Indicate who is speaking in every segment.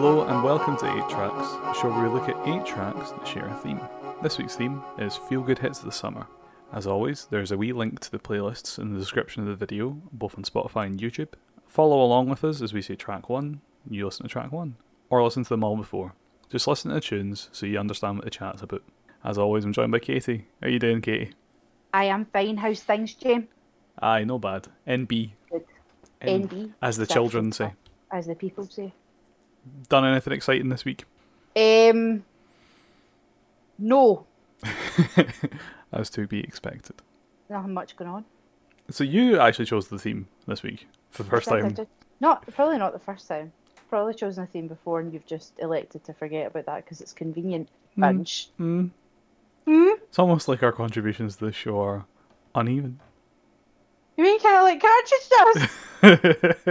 Speaker 1: Welcome to 8 Tracks, a show where we look at 8 tracks that share a theme. This week's theme is Feel Good Hits of the Summer. As always, there's a wee link to the playlists in the description of the video, both on Spotify and YouTube. Follow along with us as we say track 1, you listen to track 1, or listen to them all before. Just listen to the tunes so you understand what the chat's about. As always, I'm joined by Katie. How you doing, Katie?
Speaker 2: I am fine. How's things, Jim?
Speaker 1: Aye, no bad. NB,
Speaker 2: Good.
Speaker 1: N-
Speaker 2: NB.
Speaker 1: as the
Speaker 2: That's
Speaker 1: children
Speaker 2: it.
Speaker 1: say.
Speaker 2: As the people say.
Speaker 1: Done anything exciting this week?
Speaker 2: Um. No,
Speaker 1: As to be expected.
Speaker 2: nothing much going on.
Speaker 1: So you actually chose the theme this week for the first
Speaker 2: I think I
Speaker 1: time.
Speaker 2: did- Not probably not the first time. Probably chosen a theme before, and you've just elected to forget about that because it's convenient. Bunch.
Speaker 1: Mm. It's almost like our contributions to the show are uneven.
Speaker 2: You mean kind of like cartridge dust?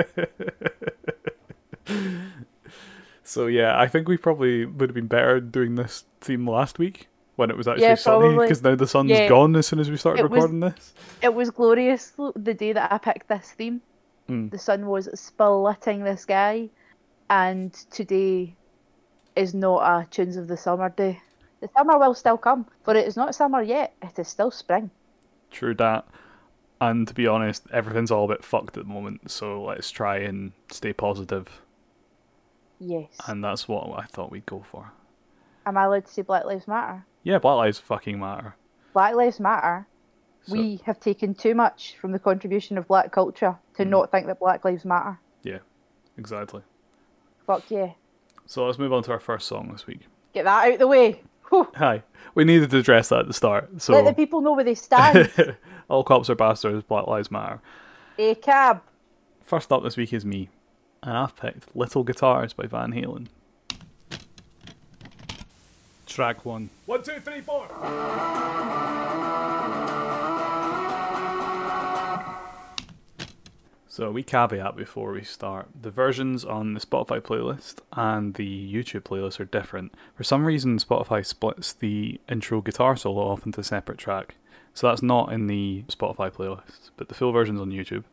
Speaker 1: so yeah, I think we probably would have been better doing this theme last week when it was actually
Speaker 2: Yeah,
Speaker 1: sunny
Speaker 2: probably.
Speaker 1: because now the sun's
Speaker 2: Yeah.
Speaker 1: gone as soon as we started
Speaker 2: It was-
Speaker 1: recording this.
Speaker 2: it was glorious l- the day that I picked this theme.
Speaker 1: Mm.
Speaker 2: The sun was splitting the sky, and today is not a tunes of the summer day. The summer will still come, for it is not summer yet. It is still spring.
Speaker 1: True that. And to be honest, everything's all a bit fucked at the moment, so let's try and stay positive.
Speaker 2: Yes.
Speaker 1: And that's what I thought we'd go for.
Speaker 2: Am I allowed to say Black Lives Matter?
Speaker 1: Yeah, Black Lives fucking matter.
Speaker 2: Black Lives Matter.
Speaker 1: So-
Speaker 2: We have taken too much from the contribution of black culture to
Speaker 1: Hmm.
Speaker 2: not think that Black Lives Matter.
Speaker 1: Yeah, exactly.
Speaker 2: Fuck yeah.
Speaker 1: So let's move on to our first song this week.
Speaker 2: Get that out the way. Whew.
Speaker 1: Hi. We needed to address that at the start.
Speaker 2: Let the
Speaker 1: So
Speaker 2: people know where they stand.
Speaker 1: all cops are bastards, Black Lives Matter.
Speaker 2: a cab.
Speaker 1: First up this week is me. And I've picked Little Guitars by Van Halen. Track one. One, two, three, four. So we caveat before we start. The versions on the Spotify playlist and the YouTube playlist are different. For some reason, Spotify splits the intro guitar solo off into a separate track. So that's not in the Spotify playlist, but the full version's on YouTube.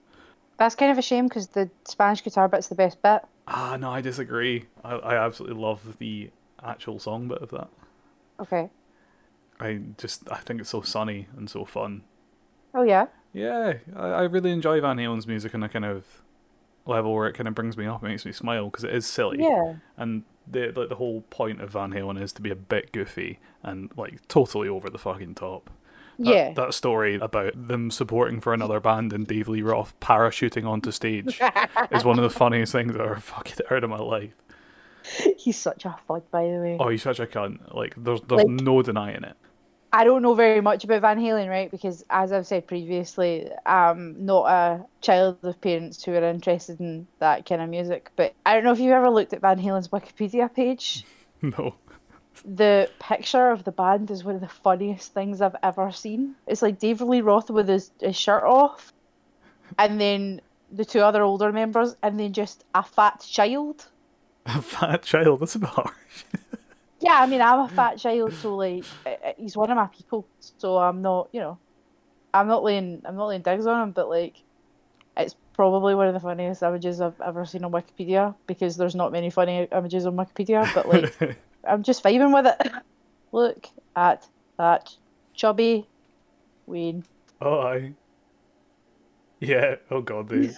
Speaker 2: That's kind of a shame because the Spanish guitar bit's the best bit.
Speaker 1: Ah, no, I disagree. I, I absolutely love the actual song bit of that.
Speaker 2: Okay.
Speaker 1: I just, I think it's so sunny and so fun.
Speaker 2: Oh yeah.
Speaker 1: Yeah, I, I really enjoy Van Halen's music on a kind of level where it kind of brings me up, and makes me smile because it is silly.
Speaker 2: Yeah.
Speaker 1: And the like the whole point of Van Halen is to be a bit goofy and like totally over the fucking top. That,
Speaker 2: yeah.
Speaker 1: That story about them supporting for another band and Dave Lee Roth parachuting onto stage is one of the funniest things I've ever fucking heard in my life.
Speaker 2: He's such a fud, by the way.
Speaker 1: Oh, he's such a cunt. Like, there's there's
Speaker 2: Like-
Speaker 1: no denying it.
Speaker 2: I don't know very much about Van Halen, right? Because as I've said previously, I'm not a child of parents who are interested in that kind of music. But I don't know if you've ever looked at Van Halen's Wikipedia page.
Speaker 1: No.
Speaker 2: The picture of the band is one of the funniest things I've ever seen. It's like Dave Lee Roth with his, his shirt off, and then the two other older members, and then just a fat child.
Speaker 1: A fat child, that's a bit harsh.
Speaker 2: Yeah, I mean, I'm a fat child, so like, I- I- he's one of my people. So I'm not, you know, I'm not laying, I'm not laying digs on him, but like, it's probably one of the funniest images I've ever seen on Wikipedia because there's not many funny images on Wikipedia. But like, I'm just vibing with it. Look at that chubby Wayne.
Speaker 1: oh, aye. Yeah, oh god, they,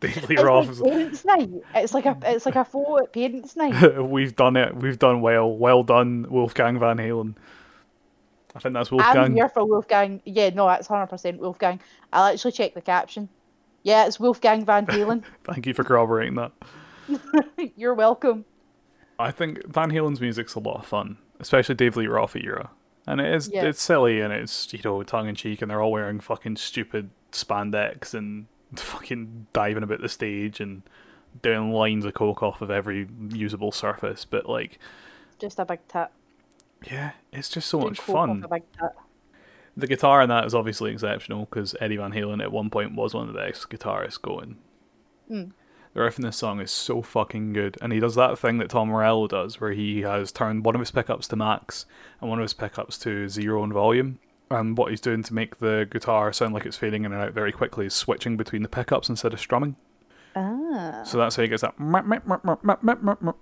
Speaker 1: Dave Lee
Speaker 2: It's
Speaker 1: Roth
Speaker 2: like parents' night. It's like a, it's like a photo at parents' night.
Speaker 1: was- We've done it. We've done well. Well done, Wolfgang Van Halen. I think that's
Speaker 2: I'm
Speaker 1: Wolfgang.
Speaker 2: here for Wolfgang. Yeah, no, that's hundred percent Wolfgang. I'll actually check the caption. Yeah, it's Wolfgang Van Halen.
Speaker 1: Thank you for corroborating that.
Speaker 2: You're welcome.
Speaker 1: I think Van Halen's music's a lot of fun, especially Dave Lee Roth era. And it is
Speaker 2: Yeah.
Speaker 1: it's silly and it's, you know, tongue in cheek and they're all wearing fucking stupid spandex and fucking diving about the stage and doing lines of coke off of every usable surface. But like
Speaker 2: Just a big tit.
Speaker 1: yeah, it's just so
Speaker 2: Doing
Speaker 1: much
Speaker 2: coke off
Speaker 1: fun.
Speaker 2: A big tit.
Speaker 1: The guitar in that is obviously exceptional because Eddie Van Halen at one point was one of the best guitarists going. The riff in this song is so fucking good, and he does that thing that Tom Morello does, where he has turned one of his pickups to max and one of his pickups to zero in volume. And what he's doing to make the guitar sound like it's fading in and out very quickly is switching between the pickups instead of strumming.
Speaker 2: Ah. Ah.
Speaker 1: So that's how he gets that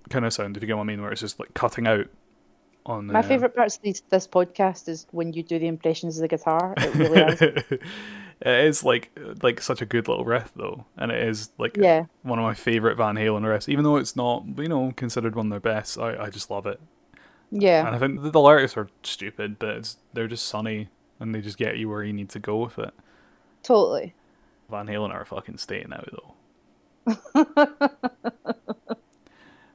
Speaker 1: kind of sound, if you get what I mean, where it's just like cutting out on
Speaker 2: My
Speaker 1: uh,
Speaker 2: favourite parts of these, this podcast is when you do the impressions of the guitar. It really is.
Speaker 1: it is like like such a good little riff though, and it is like
Speaker 2: Yeah.
Speaker 1: one of my favorite Van Halen riffs. Even though it's not you know considered one of their best, I, I just love it. And
Speaker 2: Yeah.
Speaker 1: I think the, the lyrics are stupid, but it's they're just sunny and they just get you where you need to go with it.
Speaker 2: Totally.
Speaker 1: Van Halen are fucking staying out though.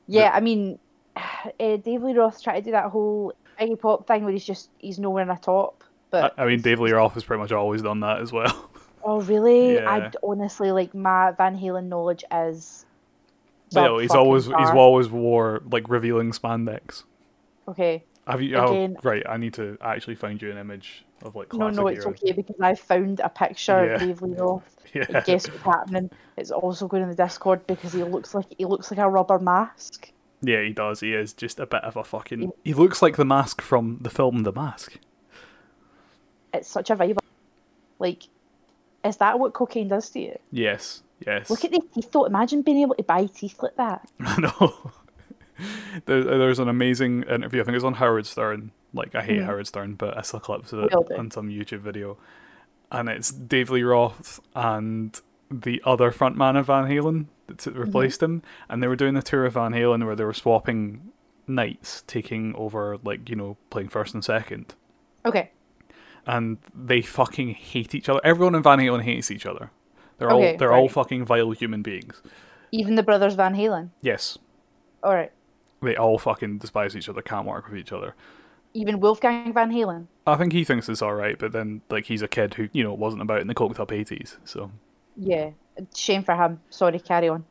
Speaker 2: Yeah, I mean, uh, Dave Lee Roth tried to do that whole Iggy Pop thing where he's just, he's nowhere in a top. But,
Speaker 1: I, I mean, Dave Lee Roth has pretty much always done that as well.
Speaker 2: oh, really?
Speaker 1: Yeah.
Speaker 2: I honestly, like, my Van Halen knowledge is.
Speaker 1: But
Speaker 2: sub
Speaker 1: he's
Speaker 2: fucking
Speaker 1: always he's
Speaker 2: par.
Speaker 1: always wore like revealing spandex.
Speaker 2: Okay.
Speaker 1: Have you? oh,
Speaker 2: Again-
Speaker 1: right, I need to actually find you an image of like
Speaker 2: No,
Speaker 1: classic
Speaker 2: no, it's
Speaker 1: heroes.
Speaker 2: okay because I found a picture
Speaker 1: Yeah.
Speaker 2: of Dave Lee Roth.
Speaker 1: Yeah.
Speaker 2: Guess what's happening? It's also going in the Discord because he looks like he looks like a rubber mask.
Speaker 1: Yeah, he does. He is just a bit of a fucking. He looks like the mask from the film The Mask.
Speaker 2: It's such a vibe. Like, is that what cocaine does to you?
Speaker 1: Yes, yes.
Speaker 2: Look at the teeth though. Imagine being able to buy teeth like that.
Speaker 1: I know. There, there's an amazing interview. I think it was on Howard Stern. Like I hate Howard Stern, but I saw clips of it
Speaker 2: Will do.
Speaker 1: on some YouTube video, and it's Dave Lee Roth and the other frontman of Van Halen that t- replaced him, and they were doing the tour of Van Halen where they were swapping nights, taking over like you know playing first and second.
Speaker 2: Okay.
Speaker 1: and they fucking hate each other. Everyone in Van Halen hates each other. They're all
Speaker 2: Okay,
Speaker 1: they're all
Speaker 2: right.
Speaker 1: fucking vile human beings.
Speaker 2: Even the brothers Van Halen.
Speaker 1: Yes,
Speaker 2: All right.
Speaker 1: they all fucking despise each other. Can't work with each other.
Speaker 2: Even Wolfgang Van Halen.
Speaker 1: I think he thinks it's all right, but then like he's a kid who you know wasn't about in the coked up eighties. So
Speaker 2: Yeah. Shame for him. Sorry. Carry on.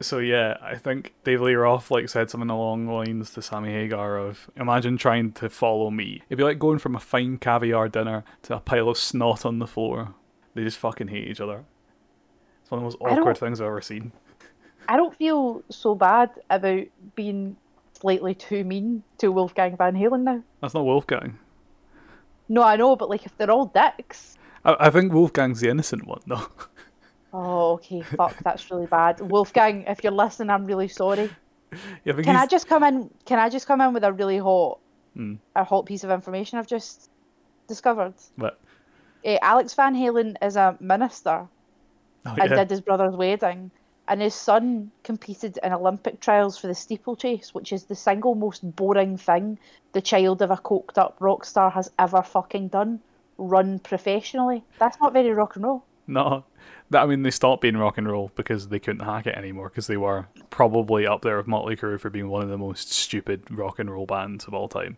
Speaker 1: so yeah, I think Dave Lee Roth like said something along the lines to Sammy Hagar of imagine trying to follow me. It'd be like going from a fine caviar dinner to a pile of snot on the floor. They just fucking hate each other. It's one of the most
Speaker 2: I don't-
Speaker 1: awkward things I've ever seen.
Speaker 2: I don't feel so bad about being slightly too mean to Wolfgang Van Halen now.
Speaker 1: That's not Wolfgang.
Speaker 2: No, I know, but like if they're all dicks.
Speaker 1: I, I think Wolfgang's the innocent one, though.
Speaker 2: Oh, okay, fuck, that's really bad. Wolfgang, if you're listening, I'm really sorry.
Speaker 1: yeah, I think
Speaker 2: Can I
Speaker 1: he's,
Speaker 2: just come in can I just come in with a really hot
Speaker 1: Hmm.
Speaker 2: a hot piece of information I've just discovered?
Speaker 1: but,
Speaker 2: Eh, Alex Van Halen is a minister
Speaker 1: oh,
Speaker 2: and
Speaker 1: yeah.
Speaker 2: did his brother's wedding. And his son competed in Olympic trials for the steeplechase, which is the single most boring thing the child of a coked up rock star has ever fucking done. Run professionally. That's not very rock and roll.
Speaker 1: No, that, I mean, they stopped being rock and roll because they couldn't hack it anymore because they were probably up there with Motley Crue for being one of the most stupid rock and roll bands of all time.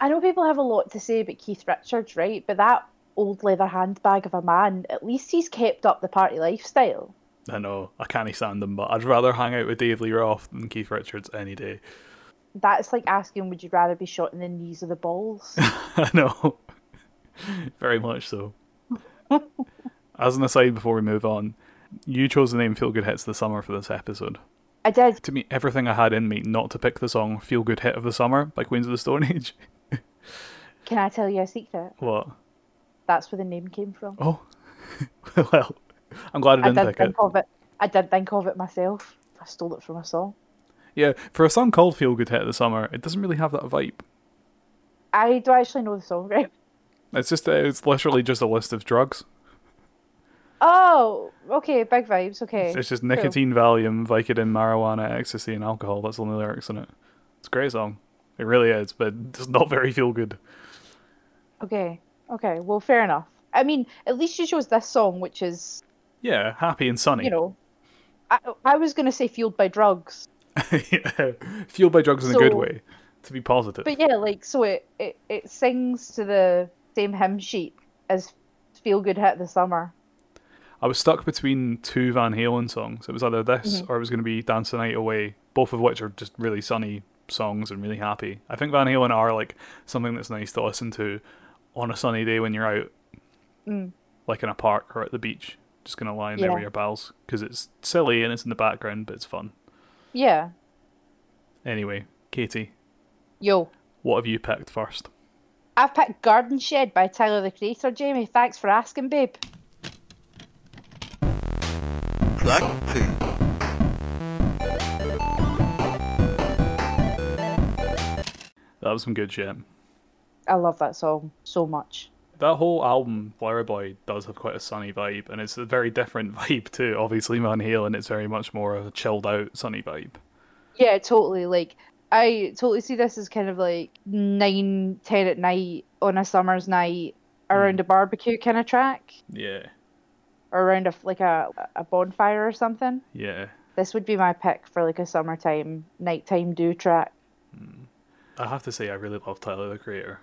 Speaker 2: I know people have a lot to say about Keith Richards, right? But that old leather handbag of a man, at least he's kept up the party lifestyle.
Speaker 1: I know, I can't stand them, but I'd rather hang out with Dave Lee Roth than Keith Richards any day.
Speaker 2: That's like asking, would you rather be shot in the knees or the balls?
Speaker 1: I know. Very much so. As an aside before we move on, you chose the name Feel Good Hits of the Summer for this episode.
Speaker 2: I did.
Speaker 1: to me everything I had in me not to pick the song Feel Good Hit of the Summer by Queens of the Stone Age.
Speaker 2: Can I tell you a secret?
Speaker 1: what?
Speaker 2: That's where the name came from.
Speaker 1: Oh. well, I'm glad I
Speaker 2: I
Speaker 1: didn't
Speaker 2: did
Speaker 1: pick
Speaker 2: think
Speaker 1: it.
Speaker 2: of it. I did think of it myself. I stole it from a song.
Speaker 1: Yeah, for a song called Feel Good Hit of the Summer, it doesn't really have that vibe.
Speaker 2: I do actually know the song, right?
Speaker 1: It's just, uh, it's literally just a list of drugs.
Speaker 2: Oh, okay. Big vibes. Okay.
Speaker 1: It's just
Speaker 2: cool.
Speaker 1: nicotine, Valium, Vicodin, marijuana, ecstasy, and alcohol. That's the only lyrics in it. It's a great song. It really is, but it's not very feel good.
Speaker 2: Okay. Okay. Well, fair enough. I mean, at least you chose this song, which is,
Speaker 1: Yeah, happy and sunny.
Speaker 2: you know, I, I was gonna say fueled by drugs,
Speaker 1: yeah. Fueled by drugs in a good
Speaker 2: So-
Speaker 1: way. To be positive.
Speaker 2: but yeah, like so it it, it sings to the same hymn sheet as "Feel Good Hit the Summer."
Speaker 1: I was stuck between two Van Halen songs. It was either this or it was going to be Dance the Night Away, both of which are just really sunny songs and really happy. I think Van Halen are like something that's nice to listen to on a sunny day when you're out, like in a park or at the beach, just going to lie in there
Speaker 2: Yeah.
Speaker 1: with your pals because it's silly and it's in the background, but it's fun.
Speaker 2: Yeah.
Speaker 1: Anyway, Katie,
Speaker 2: Yo.
Speaker 1: what have you picked first?
Speaker 2: I've picked Garden Shed by Tyler the Creator, Jamie. Thanks for asking, babe.
Speaker 3: Blackpink
Speaker 1: That was some good shit.
Speaker 2: I love that song so much.
Speaker 1: That whole album, Flower Boy, does have quite a sunny vibe, and it's a very different vibe to obviously Van Halen. It's very much more of a chilled out, sunny vibe.
Speaker 2: Yeah, totally. Like I totally see this as kind of like nine, ten at night on a summer's night around a barbecue kind of track,
Speaker 1: Yeah,
Speaker 2: or around a like a a bonfire or something.
Speaker 1: yeah.
Speaker 2: This would be my pick for like a summertime, nighttime do track.
Speaker 1: I have to say, I really love Tyler the Creator.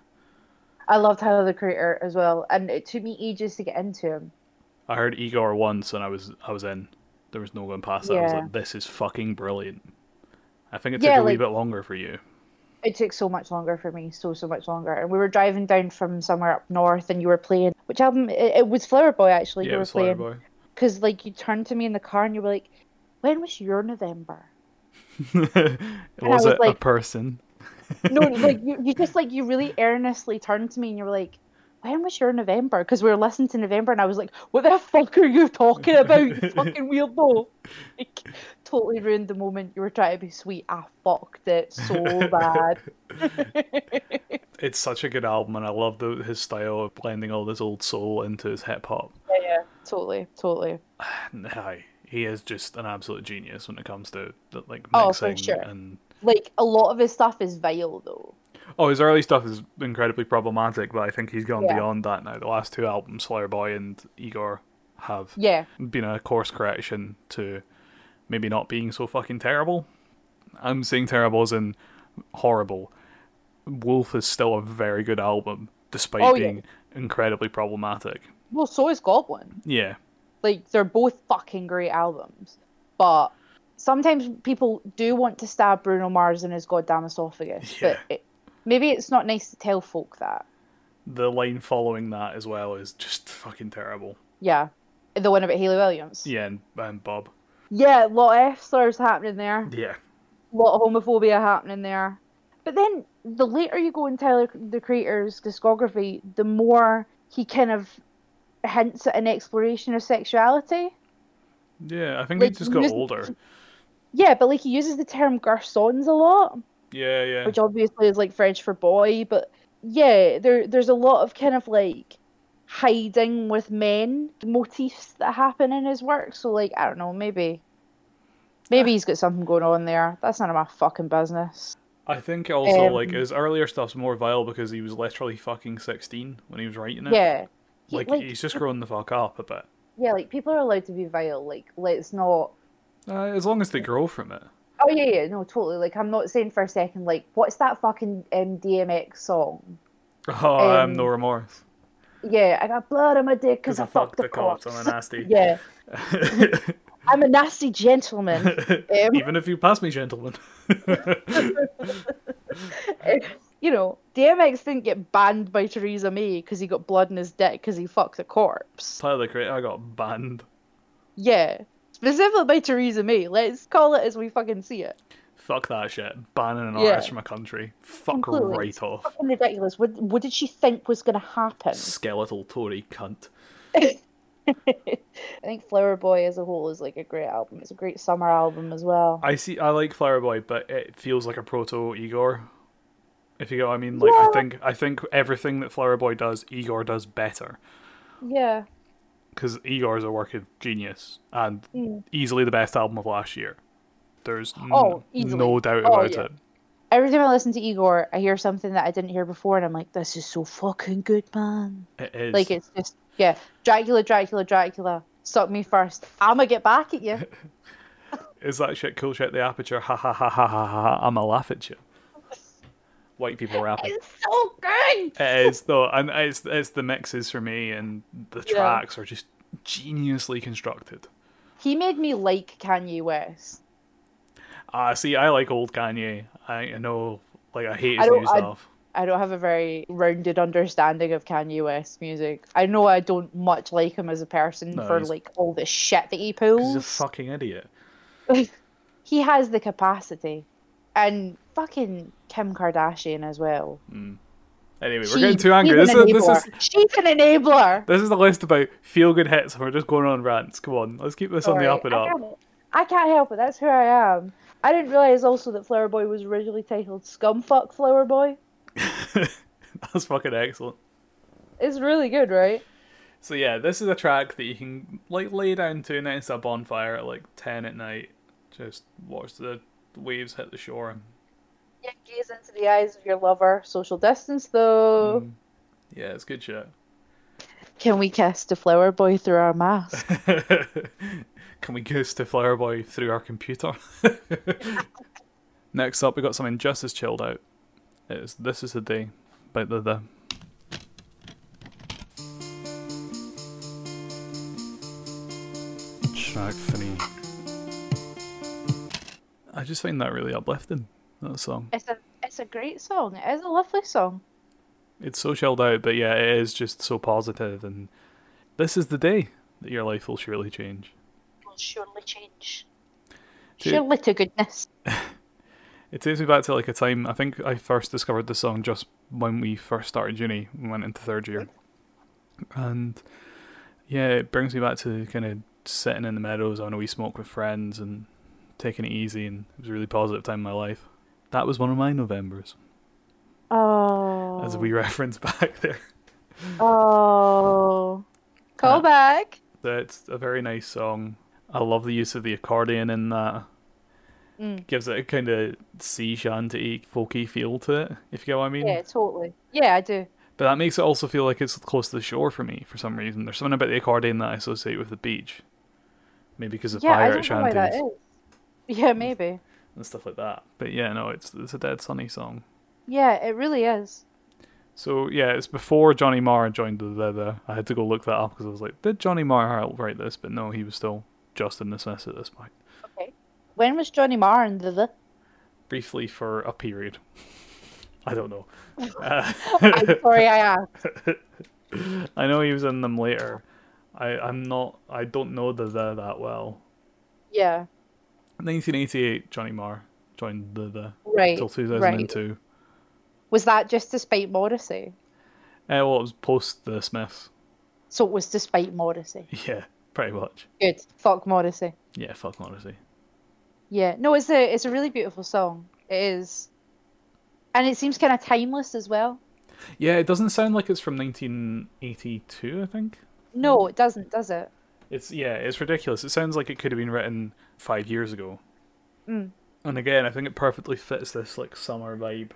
Speaker 2: I loved Tyler the Creator as well, and it took me ages to get into him.
Speaker 1: I heard Igor once, and I was I was in. There was no going past that. I was
Speaker 2: Yeah.
Speaker 1: like, this is fucking brilliant. I think it took
Speaker 2: Yeah,
Speaker 1: a wee
Speaker 2: like-
Speaker 1: bit longer for you.
Speaker 2: It took so much longer for me, so so much longer. And we were driving down from somewhere up north, and you were playing which album? It, it was Flower Boy actually.
Speaker 1: yeah,
Speaker 2: you
Speaker 1: it
Speaker 2: were
Speaker 1: was Flower
Speaker 2: playing
Speaker 1: Boy.
Speaker 2: because like you turned to me in the car and you were like, "When was your November?"
Speaker 1: was
Speaker 2: was
Speaker 1: it a
Speaker 2: like-
Speaker 1: person?
Speaker 2: no, like you, you just like you really earnestly turned to me and you were like, "When was your November?" Because we were listening to November and I was like, "What the fuck are you talking about, you fucking weirdo?" Like, totally ruined the moment. You were trying to be sweet. I fucked it so bad.
Speaker 1: It's such a good album, and I love the, his style of blending all this old soul into his hip hop.
Speaker 2: yeah, yeah, totally, totally.
Speaker 1: Aye, he is just an absolute genius when it comes to like mixing
Speaker 2: Oh, for sure.
Speaker 1: and
Speaker 2: Like a lot of his stuff is vile though.
Speaker 1: oh, his early stuff is incredibly problematic, but I think he's gone
Speaker 2: Yeah.
Speaker 1: beyond that now. The last two albums, Flower Boy and Igor, have
Speaker 2: Yeah,
Speaker 1: been a course correction to maybe not being so fucking terrible. I'm saying terrible as in horrible. Wolf is still a very good album, despite
Speaker 2: Oh, yeah.
Speaker 1: being incredibly problematic.
Speaker 2: well, so is Goblin.
Speaker 1: Yeah,
Speaker 2: like they're both fucking great albums but sometimes people do want to stab bruno mars in his goddamn esophagus
Speaker 1: Yeah.
Speaker 2: but it, maybe it's not nice to tell folk that
Speaker 1: the line following that as well is just fucking terrible.
Speaker 2: yeah the one about haley williams
Speaker 1: Yeah, and, and Bob.
Speaker 2: yeah a lot of f slurs happening there
Speaker 1: Yeah.
Speaker 2: a lot of homophobia happening there but then the later you go in tyler the creator's discography the more he kind of hints at an exploration of sexuality
Speaker 1: Yeah, I think
Speaker 2: Like,
Speaker 1: they just got
Speaker 2: mus-
Speaker 1: older.
Speaker 2: yeah but like he uses the term garçons a lot
Speaker 1: Yeah, yeah.
Speaker 2: which obviously is like French for boy, but yeah, there there's a lot of kind of like hiding with men motifs that happen in his work. So like I don't know, maybe maybe
Speaker 1: Uh.
Speaker 2: he's got something going on there. That's none of my fucking business.
Speaker 1: I think also
Speaker 2: um,
Speaker 1: like his earlier stuff's more vile because he was literally fucking sixteen when he was writing it.
Speaker 2: Yeah. He-
Speaker 1: Like,
Speaker 2: like
Speaker 1: he's just grown the fuck up a bit.
Speaker 2: yeah, like people are allowed to be vile. Like let's not
Speaker 1: Uh, as long as they grow from it.
Speaker 2: Oh yeah, yeah, no, totally. Like I'm not saying for a second like what's that fucking um, DMX song?
Speaker 1: Oh, I am
Speaker 2: Um,
Speaker 1: no remorse.
Speaker 2: Yeah, I got blood on my dick because
Speaker 1: Because
Speaker 2: I,
Speaker 1: I fucked the
Speaker 2: cops.
Speaker 1: cops. I'm a nasty.
Speaker 2: Yeah, I'm a nasty gentleman. Um,
Speaker 1: Even if you pass me, gentlemen.
Speaker 2: you know, DMX didn't get banned by Theresa May because he got blood in his dick because he fucked a corpse.
Speaker 1: Tyler the Creator got banned.
Speaker 2: Yeah. Specifically by Theresa May. Let's call it as we fucking see it.
Speaker 1: Fuck that shit. Banning an
Speaker 2: Yeah.
Speaker 1: artist from a country. Fuck
Speaker 2: Completely.
Speaker 1: right off.
Speaker 2: Fucking ridiculous. What, what did she think was going to happen?
Speaker 1: Skeletal Tory cunt.
Speaker 2: I think Flower Boy as a whole is like a great album. It's a great summer album as well.
Speaker 1: I see. I like Flower Boy, but it feels like a proto Igor. If you get what I mean, like I
Speaker 2: Yeah.
Speaker 1: think I think everything that Flower Boy does, Igor does better
Speaker 2: Yeah.
Speaker 1: because Igor is a work of genius and
Speaker 2: Mm.
Speaker 1: easily the best album of last year. There's n-
Speaker 2: Oh, easily.
Speaker 1: no doubt
Speaker 2: Oh,
Speaker 1: about
Speaker 2: yeah.
Speaker 1: it.
Speaker 2: Every time I listen to Igor, I hear something that I didn't hear before, and I'm like, this is so fucking good, man.
Speaker 1: It is.
Speaker 2: Like, it's just, yeah, Dracula, Dracula, Dracula, suck me first. I'ma get back at you.
Speaker 1: Is that shit cool shit? The aperture. Ha ha ha ha ha ha. ha. I'ma laugh at you. White people rapping.
Speaker 2: It's so good.
Speaker 1: it is though, and it's it's the mixes for me, and the
Speaker 2: Yeah.
Speaker 1: tracks are just geniusly constructed.
Speaker 2: He made me like Kanye West.
Speaker 1: Ah, see, I like old Kanye. I I know, like, I hate
Speaker 2: I
Speaker 1: his
Speaker 2: don't-
Speaker 1: new
Speaker 2: I-
Speaker 1: stuff.
Speaker 2: I don't have a very rounded understanding of Kanye West music. I know I don't much like him as a person
Speaker 1: No,
Speaker 2: for
Speaker 1: he's-
Speaker 2: like all the shit that he
Speaker 1: 'Cause He's a
Speaker 2: pulls.
Speaker 1: fucking idiot.
Speaker 2: he has the capacity, and fucking Kim Kardashian as well.
Speaker 1: Anyway,
Speaker 2: She-
Speaker 1: we're getting too angry.
Speaker 2: She's
Speaker 1: This
Speaker 2: an
Speaker 1: is this
Speaker 2: enabler.
Speaker 1: is
Speaker 2: she's an enabler.
Speaker 1: this is the list about feel good hits, and we're just going on rants. Come on, let's keep this on
Speaker 2: Sorry,
Speaker 1: the up and
Speaker 2: I
Speaker 1: up.
Speaker 2: can't- I can't help it. That's who I am. I didn't realize also that Flower Boy was originally titled Scumfuck Flower Boy.
Speaker 1: That's fucking excellent.
Speaker 2: It's really good, right?
Speaker 1: So yeah, this is a track that you can like lay down to next to a bonfire at like ten at night. Just watch the waves hit the shore. and
Speaker 2: Yeah, gaze into the eyes of your lover. Social distance, though.
Speaker 1: Mm. Yeah, it's good shit.
Speaker 2: Can we kiss the flower boy through our mask?
Speaker 1: Can we ghost to Flower Boy through our computer? Next up, we got something just as chilled out. It is This Is the Day by the the. Track three. I just find that really uplifting, that song.
Speaker 2: it's a it's a great song. It is a lovely song.
Speaker 1: It's so chilled out, but yeah, it is just so positive, and this is the day that your life will surely change.
Speaker 2: Will surely change.
Speaker 1: Dude.
Speaker 2: Surely to goodness.
Speaker 1: It takes me back to like a time. I think I first discovered this song just when we first started uni and went into third year, and yeah, it brings me back to kind of sitting in the meadows having a wee smoke with friends and taking it easy, and it was a really positive time in my life. That was one of my Novembers,
Speaker 2: Oh.
Speaker 1: as we reference back there.
Speaker 2: Oh.
Speaker 1: Uh,
Speaker 2: Call back.
Speaker 1: So It's a very nice song. I love the use of the accordion in that.
Speaker 2: Mm.
Speaker 1: Gives it a kind of sea shanty, folky feel to it, if you get what I mean.
Speaker 2: Yeah, totally. Yeah, I do.
Speaker 1: But that makes it also feel like it's close to the shore for me for some reason. There's something about the accordion that I associate with the beach. Maybe because of
Speaker 2: Yeah, I
Speaker 1: pirate
Speaker 2: don't know why that
Speaker 1: shanties
Speaker 2: is. Yeah, maybe.
Speaker 1: and stuff like that. But yeah, no, it's it's a dead sunny song.
Speaker 2: Yeah, it really is.
Speaker 1: So yeah, it's before Johnny Marr joined the, the, the I had to go look that up because I was like, did Johnny Marr write this? But no, he was still Justin Dismiss at this point.
Speaker 2: Okay. When was Johnny Marr in the, the
Speaker 1: Briefly for a period. I don't know.
Speaker 2: I'm sorry I asked.
Speaker 1: I know he was in them later. I, I'm not I don't know the, the that well.
Speaker 2: Yeah.
Speaker 1: 1988, Johnny Marr joined the the
Speaker 2: Right.
Speaker 1: till
Speaker 2: Right.
Speaker 1: 2002.
Speaker 2: Was that just despite Morrissey?
Speaker 1: Uh, well, it was post the Smiths.
Speaker 2: So it was despite Morrissey.
Speaker 1: Yeah, pretty much.
Speaker 2: Good. Fuck Morrissey.
Speaker 1: Yeah, fuck Morrissey.
Speaker 2: Yeah. No, it's a it's a really beautiful song. It is. And it seems kind of timeless as well.
Speaker 1: Yeah, it doesn't sound like it's from 1982. I think Mm.
Speaker 2: No, it doesn't, does it?
Speaker 1: it's yeah, it's ridiculous. It sounds like it could have been written five years ago.
Speaker 2: Hmm.
Speaker 1: And again, I think it perfectly fits this like summer vibe.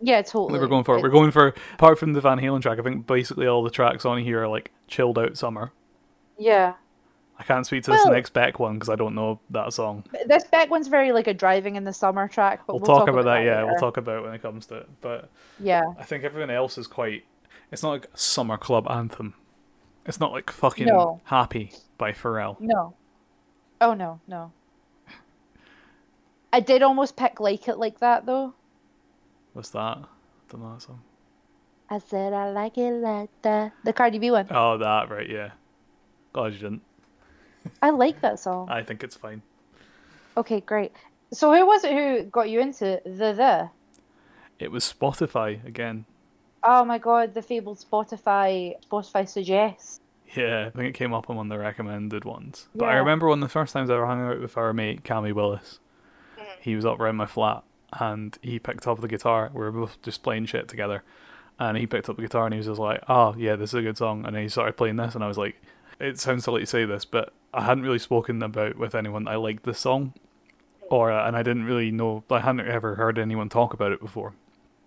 Speaker 2: Yeah, totally.
Speaker 1: that we're going for
Speaker 2: It-
Speaker 1: we're going for apart from the Van Halen track. I think basically all the tracks on here are like chilled out summer.
Speaker 2: Yeah.
Speaker 1: I can't speak to this
Speaker 2: Well-
Speaker 1: next Beck one because I don't know that song.
Speaker 2: But This back one's very like a driving in the summer track, but
Speaker 1: We'll,
Speaker 2: we'll,
Speaker 1: talk, about, that. yeah,
Speaker 2: later.
Speaker 1: we'll talk about it when it comes to it. But
Speaker 2: Yeah.
Speaker 1: I think everyone else is quite. It's not like a summer club anthem. It's not like fucking
Speaker 2: No.
Speaker 1: "Happy" by Pharrell.
Speaker 2: No. Oh no, no. I did almost pick like it like that though.
Speaker 1: What's that? I don't know that song.
Speaker 2: I said I like it like that. The Cardi B one.
Speaker 1: Oh, that right, yeah. God, you didn't.
Speaker 2: I like that song.
Speaker 1: I think it's fine.
Speaker 2: Okay, great. So who was it who got you into the the?
Speaker 1: It was Spotify again.
Speaker 2: Oh my god, the fabled Spotify Spotify suggests.
Speaker 1: Yeah, I think it came up on one of the recommended ones. But I
Speaker 2: Yeah.
Speaker 1: remember one of the first times I ever hung out with our mate Cammy Willis. He was up around my flat and he picked up the guitar. We were both just playing shit together. And he picked up the guitar and he was just like, Oh yeah, this is a good song and then he started playing this and I was like, It sounds silly to say this, but I hadn't really spoken about with anyone that I liked this song. Or uh, and I didn't really know I hadn't ever heard anyone talk about it before.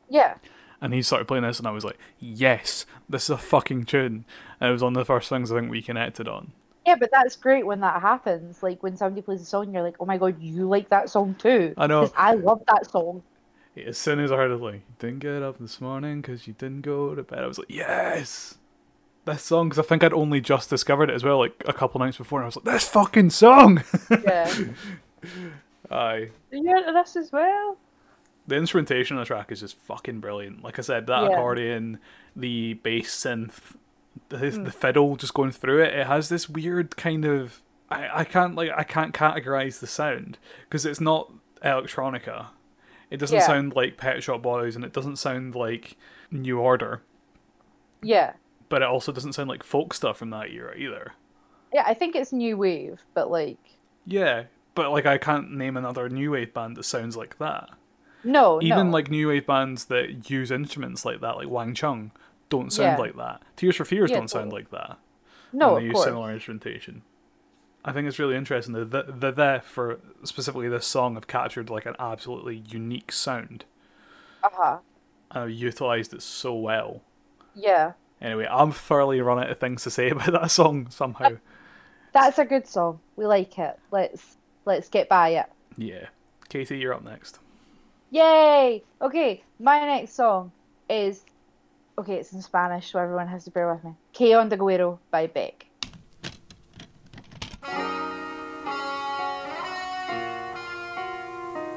Speaker 2: Yeah.
Speaker 1: And he started playing this, and I was like, "Yes, this is a fucking tune." And it was one of the first things I think we connected on.
Speaker 2: Yeah, but that's great when that happens. Like when somebody plays a song, you're like, "Oh my god, you like that song too."
Speaker 1: I know.
Speaker 2: 'Cause I love that song.
Speaker 1: As soon as I heard it, like, you didn't get up this morning because you didn't go to bed, I was like, yes! This song, because I think I'd only just discovered it as well, like a couple nights before, and I was like, this fucking song!
Speaker 2: Yeah.
Speaker 1: Aye.
Speaker 2: You're into this as well.
Speaker 1: The instrumentation on the track is just fucking brilliant. Like I said, that
Speaker 2: Yeah.
Speaker 1: accordion, the bass synth, the,
Speaker 2: Mm.
Speaker 1: the fiddle just going through it, it has this weird kind of. I, I can't like I can't categorize the sound because it's not electronica. It doesn't
Speaker 2: Yeah.
Speaker 1: sound like Pet Shop Boys and it doesn't sound like New Order.
Speaker 2: Yeah.
Speaker 1: but it also doesn't sound like folk stuff from that era either.
Speaker 2: Yeah, I think it's new wave, but like,
Speaker 1: Yeah, but like I can't name another new wave band that sounds like that.
Speaker 2: No,
Speaker 1: Even
Speaker 2: no.
Speaker 1: like new wave bands that use instruments like that, like Wang Chung, don't sound
Speaker 2: Yeah.
Speaker 1: like that. Tears for Fears
Speaker 2: Yeah,
Speaker 1: don't sound
Speaker 2: totally.
Speaker 1: like that.
Speaker 2: no,
Speaker 1: when they
Speaker 2: of
Speaker 1: use
Speaker 2: course.
Speaker 1: similar instrumentation. I think it's really interesting that the, the there for specifically this song have captured like an absolutely unique sound
Speaker 2: Uh huh.
Speaker 1: and have utilized it so well.
Speaker 2: Yeah,
Speaker 1: Anyway, I'm thoroughly run out of things to say about that song somehow.
Speaker 2: that's a good song. We like it. Let's let's get by it.
Speaker 1: yeah, Katie, you're up next.
Speaker 2: Yay! Okay, my next song is okay. It's in Spanish, so everyone has to bear with me. Que onda Güero by Beck.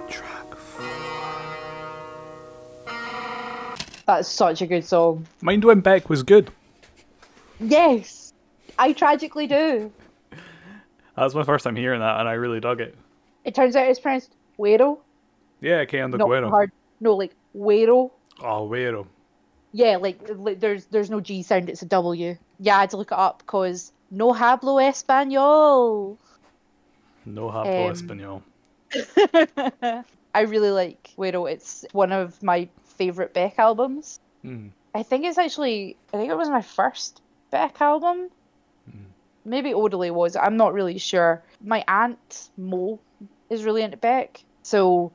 Speaker 1: Track.
Speaker 2: That's such a good song.
Speaker 1: Mind when Beck was good.
Speaker 2: Yes, I tragically do.
Speaker 1: That was my first time hearing that, and I really dug it.
Speaker 2: It turns out it's pronounced Güero,
Speaker 1: Yeah, que ando
Speaker 2: not
Speaker 1: güero.
Speaker 2: hard. No, like Güero.
Speaker 1: Oh, güero.
Speaker 2: Yeah, like, like there's there's no G sound. It's a W. Yeah, I had to look it up because no hablo español.
Speaker 1: No hablo
Speaker 2: Um,
Speaker 1: español.
Speaker 2: I really like Güero. It's one of my favorite Beck albums.
Speaker 1: Mm.
Speaker 2: I think it's actually I think it was my first Beck album. Maybe Odelay was. I'm not really sure. My aunt Mo is really into Beck, so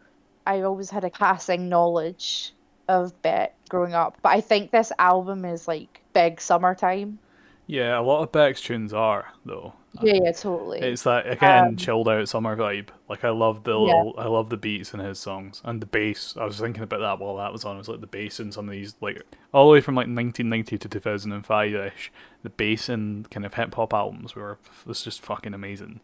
Speaker 2: I always had a passing knowledge of Beck growing up. But I think this album is like big summertime.
Speaker 1: Yeah, a lot of Beck's tunes are though.
Speaker 2: Yeah, yeah, totally.
Speaker 1: It's that again chilled out summer vibe. Like I love the
Speaker 2: Yeah.
Speaker 1: little, I love the beats in his songs and the bass. I was thinking about that while that was on. It was like the bass in some of these like all the way from like 1990 to 2005 ish. The bass in kind of hip hop albums were was just fucking amazing.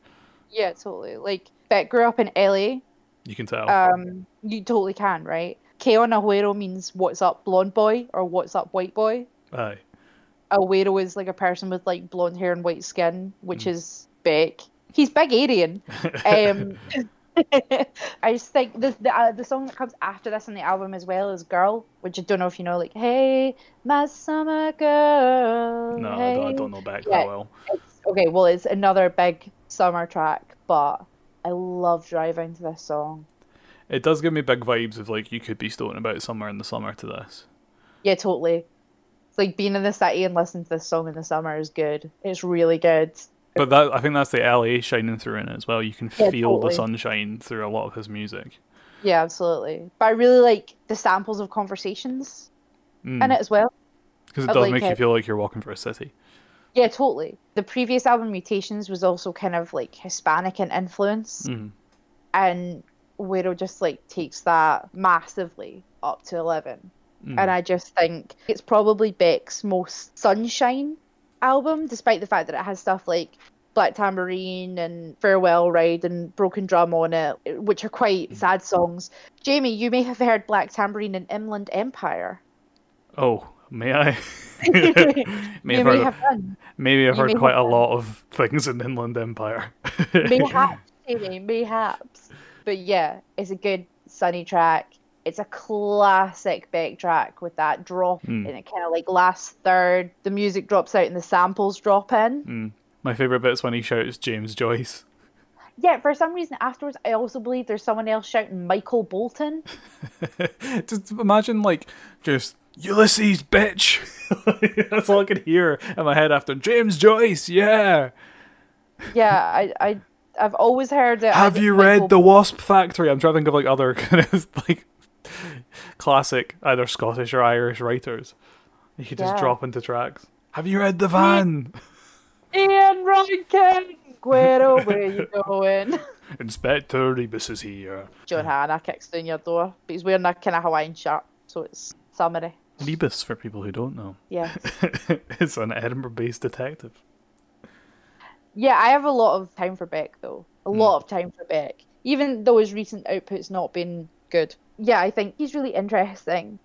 Speaker 2: yeah, totally. Like Beck grew up in LA.
Speaker 1: You can tell.
Speaker 2: Um, you totally can, right? Que on Agüero means "What's up, blonde boy?" or "What's up, white boy?"
Speaker 1: Aye.
Speaker 2: a weirdo is like a person with like blonde hair and white skin,
Speaker 1: Mm.
Speaker 2: which is Beck. He's big Aryan. Um, I just think the the, uh, the song that comes after this on the album as well is "Girl," which I don't know if you know. Like, hey, my summer girl.
Speaker 1: no, I,
Speaker 2: hey.
Speaker 1: don't, I don't know Beck
Speaker 2: Yeah.
Speaker 1: that well.
Speaker 2: It's- okay, well, it's another big summer track, but I love driving to this song.
Speaker 1: It does give me big vibes of like you could be stoning about somewhere in the summer to this.
Speaker 2: Yeah, totally. It's like being in the city and listening to this song in the summer is good. It's really good.
Speaker 1: But that I think that's the LA shining through in it as well. You can
Speaker 2: Yeah,
Speaker 1: feel
Speaker 2: totally.
Speaker 1: the sunshine through a lot of his music.
Speaker 2: Yeah, absolutely. But I really like the samples of conversations in it as well.
Speaker 1: Because it
Speaker 2: I
Speaker 1: does
Speaker 2: like
Speaker 1: make you
Speaker 2: it.
Speaker 1: feel like you're walking through a city.
Speaker 2: Yeah, totally. The previous album, Mutations, was also kind of like Hispanic in influence,
Speaker 1: Mm.
Speaker 2: and Wero just like takes that massively up to 11.
Speaker 1: Mm-hmm.
Speaker 2: And I just think it's probably Beck's most sunshine album, despite the fact that it has stuff like Black Tambourine and Farewell Ride and Broken Drum on it, which are
Speaker 1: Mm-hmm.
Speaker 2: quite sad songs. Jamie, you may have heard Black Tambourine and Inland Empire.
Speaker 1: Oh, may I? may have
Speaker 2: you may
Speaker 1: heard,
Speaker 2: have done.
Speaker 1: maybe I've
Speaker 2: you
Speaker 1: heard
Speaker 2: may
Speaker 1: quite
Speaker 2: have
Speaker 1: a lot of things in Inland Empire.
Speaker 2: Mayhaps, Jamie, mayhaps. But yeah, it's a good sunny track. It's a classic Beck track with that drop
Speaker 1: Hmm.
Speaker 2: in it, kind of like last third. The music drops out and the samples drop in.
Speaker 1: Hmm. My favourite bit's when he shouts James Joyce.
Speaker 2: Yeah, for some reason afterwards, I also believe there's someone else shouting Michael Bolton.
Speaker 1: just imagine, like, just Ulysses, bitch! That's all I could hear in my head after James Joyce, yeah!
Speaker 2: Yeah, I, I, I've always heard it.
Speaker 1: Have
Speaker 2: as
Speaker 1: you
Speaker 2: Michael
Speaker 1: read The Wasp Factory? I'm trying to think of, like, other kind of, like, classic either Scottish or Irish writers. You could just
Speaker 2: Yeah.
Speaker 1: drop into tracks. Have you read The Van?
Speaker 2: Ian Rankin. Guero, where you going?
Speaker 1: Inspector Rebus is here.
Speaker 2: John Hannah kicks down your door, but he's wearing a kind of Hawaiian shirt, so it's summery.
Speaker 1: Rebus, for people who don't know,
Speaker 2: Yeah.
Speaker 1: is an Edinburgh based detective.
Speaker 2: Yeah, I have a lot of time for Beck though. A lot of time for Beck. Even though his recent output's not been good. Yeah, I think he's really interesting.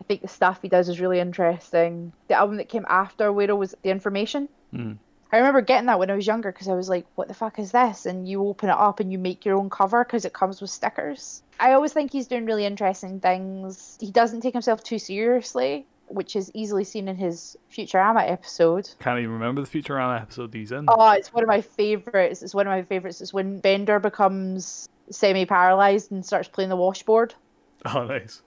Speaker 2: I think the stuff he does is really interesting. The album that came after Wero was The Information.
Speaker 1: Mm.
Speaker 2: I remember getting that when I was younger because I was like, what the fuck is this? And you open it up and you make your own cover because it comes with stickers. I always think he's doing really interesting things. He doesn't take himself too seriously, which is easily seen in his Futurama episode.
Speaker 1: Can't even remember the Futurama episode he's in.
Speaker 2: Oh, it's one of my favorites. It's one of my favorites. It's when Bender becomes semi paralyzed and starts playing the washboard.
Speaker 1: Oh, nice.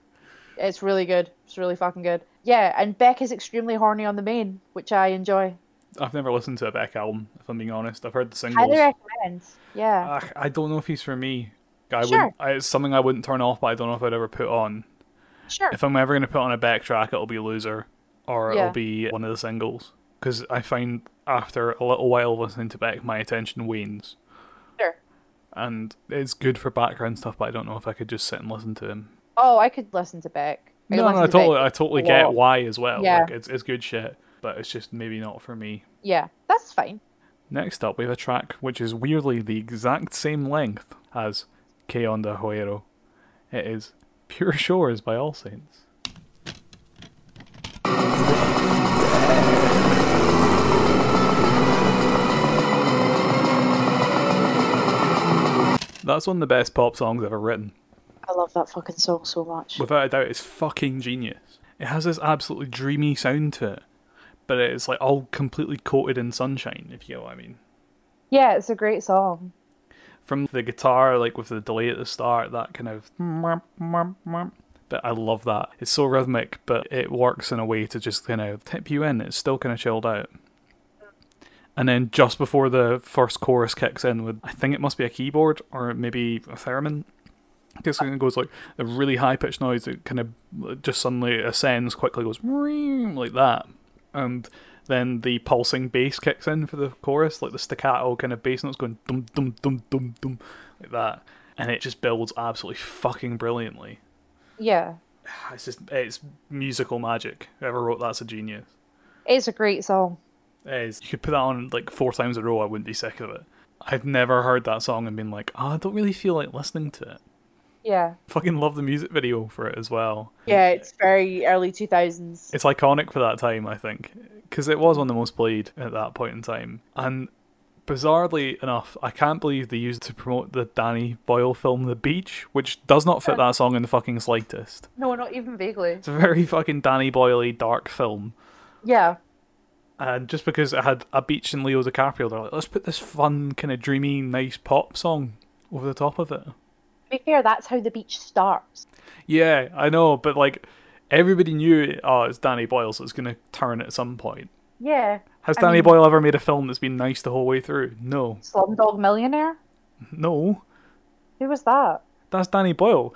Speaker 2: It's really good. It's really fucking good. Yeah, and Beck is extremely horny on the main, which I enjoy.
Speaker 1: I've never listened to a Beck album, if I'm being honest. I've heard the
Speaker 2: Highly
Speaker 1: singles.
Speaker 2: recommend. Yeah.
Speaker 1: Ugh, I don't know if he's for me. I
Speaker 2: Sure.
Speaker 1: wouldn't, I, it's something I wouldn't turn off, but I don't know if I'd ever put on.
Speaker 2: sure.
Speaker 1: If I'm ever going to put on a Beck track, it'll be Loser, or
Speaker 2: Yeah.
Speaker 1: it'll be one of the singles. Because I find after a little while listening to Beck, my attention wanes.
Speaker 2: Sure.
Speaker 1: And it's good for background stuff, but I don't know if I could just sit and listen to him.
Speaker 2: Oh, I could listen to Beck.
Speaker 1: No,
Speaker 2: I could
Speaker 1: no, I
Speaker 2: listen to Beck.
Speaker 1: totally, I totally
Speaker 2: a
Speaker 1: get
Speaker 2: lot.
Speaker 1: why as well.
Speaker 2: Yeah.
Speaker 1: Like, it's, it's good shit, but it's just maybe not for me.
Speaker 2: Yeah, that's fine.
Speaker 1: Next up, we have a track which is weirdly the exact same length as Que Onda Joero. It is Pure Shores by All Saints. That's one of the best pop songs ever written.
Speaker 2: I love that fucking song so much.
Speaker 1: Without a doubt, it's fucking genius. It has this absolutely dreamy sound to it, but it's like all completely coated in sunshine, if you know what I mean.
Speaker 2: Yeah, it's a great song.
Speaker 1: from the guitar, like with the delay at the start, that kind of. mwomp, mwomp, mwomp. But I love that. It's so rhythmic, but it works in a way to just kind of tip you in. It's still kind of chilled out. And then just before the first chorus kicks in, with I think it must be a keyboard or maybe a theremin. Because it goes like a really high pitched noise that kind of just suddenly ascends quickly, goes "Wheeing," like that. And then the pulsing bass kicks in for the chorus, like the staccato kind of bass notes going dum dum dum dum dum like that, and it just builds absolutely fucking brilliantly.
Speaker 2: Yeah,
Speaker 1: It's just it's musical magic. Whoever wrote that's a genius.
Speaker 2: it's a great song.
Speaker 1: It is. You could put that on like four times in a row. I wouldn't be sick of it. I've never heard that song and been like, oh, I don't really feel like listening to it.
Speaker 2: Yeah.
Speaker 1: Fucking love the music video for it as well.
Speaker 2: Yeah, it's very early 2000s.
Speaker 1: It's iconic for that time, I think, because it was one of the most played at that point in time. And bizarrely enough, I can't believe they used it to promote the Danny Boyle film The Beach, which does not fit that song in the fucking slightest.
Speaker 2: No, not even vaguely.
Speaker 1: It's a very fucking Danny Boyle dark film.
Speaker 2: Yeah.
Speaker 1: And just because it had a beach and Leo DiCaprio, they're like, let's put this fun, kind of dreamy, nice pop song over the top of it.
Speaker 2: To be fair, that's how the beach starts.
Speaker 1: Yeah, I know, but like everybody knew, oh, it's Danny Boyle, so it's going to turn at some point.
Speaker 2: Yeah.
Speaker 1: Has
Speaker 2: I
Speaker 1: Danny
Speaker 2: mean-
Speaker 1: Boyle ever made a film that's been nice the whole way through? No.
Speaker 2: Slumdog Millionaire?
Speaker 1: No.
Speaker 2: Who was that?
Speaker 1: That's Danny Boyle.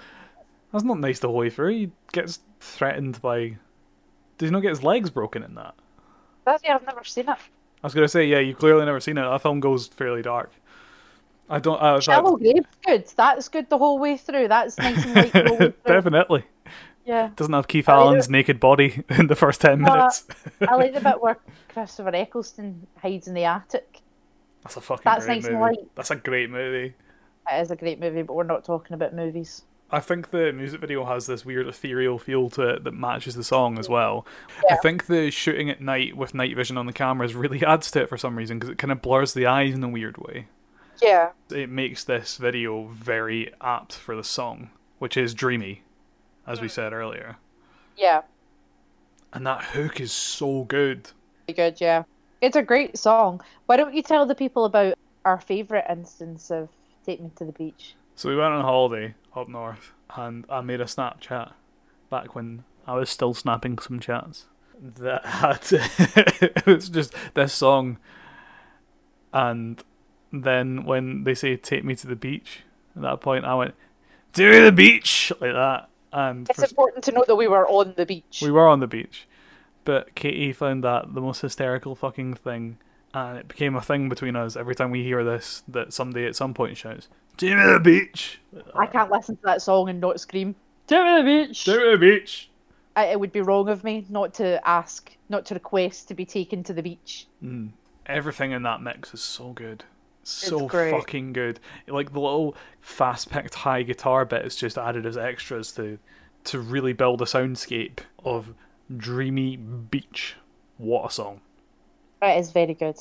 Speaker 1: That's not nice the whole way through. He gets threatened by. Does he not get his legs broken in that?
Speaker 2: That's yeah, I've never seen it.
Speaker 1: I was going to say, yeah, you've clearly never seen it. That film goes fairly dark. I don't. Uh,
Speaker 2: Shallow Grave's good. That's good the whole way through. That's nice and light the whole way through.
Speaker 1: Definitely.
Speaker 2: Yeah.
Speaker 1: Doesn't have Keith
Speaker 2: I like
Speaker 1: Allen's naked body in the first 10
Speaker 2: Uh,
Speaker 1: minutes.
Speaker 2: I like the bit where Christopher Eccleston hides in the attic.
Speaker 1: that's a fucking
Speaker 2: that's
Speaker 1: great
Speaker 2: nice and
Speaker 1: movie.
Speaker 2: light.
Speaker 1: That's a great movie.
Speaker 2: It is a great movie, but we're not talking about movies.
Speaker 1: I think the music video has this weird ethereal feel to it that matches the song as well. I think the shooting at night with night vision on the cameras really adds to it for some reason because it kind of blurs the eyes in a weird way.
Speaker 2: Yeah.
Speaker 1: It makes this video very apt for the song, which is dreamy, as we said earlier.
Speaker 2: Yeah.
Speaker 1: And that hook is so good.
Speaker 2: Pretty good, yeah. It's a great song. Why don't you tell the people about our favourite instance of Take Me to the Beach?
Speaker 1: So we went on holiday up north, and I made a Snapchat back when I was still snapping some chats that had it was just this song, and then when they say "Take me to the beach," at that point I went "To the beach" like that, and
Speaker 2: It's
Speaker 1: for-
Speaker 2: important to note that we were on the beach.
Speaker 1: we were on the beach, but Katie found that the most hysterical fucking thing, and it became a thing between us every time we hear this that somebody at some point shouts "To the beach."
Speaker 2: I can't listen to that song and not scream. Take me to the beach.
Speaker 1: To the beach.
Speaker 2: I, it would be wrong of me not to ask, not to request to be taken to the beach.
Speaker 1: Everything in that mix is so good. So
Speaker 2: great.
Speaker 1: fucking good. Like the little fast picked high guitar bit is just added as extras to to really build a soundscape of dreamy beach. What a song.
Speaker 2: It is very good.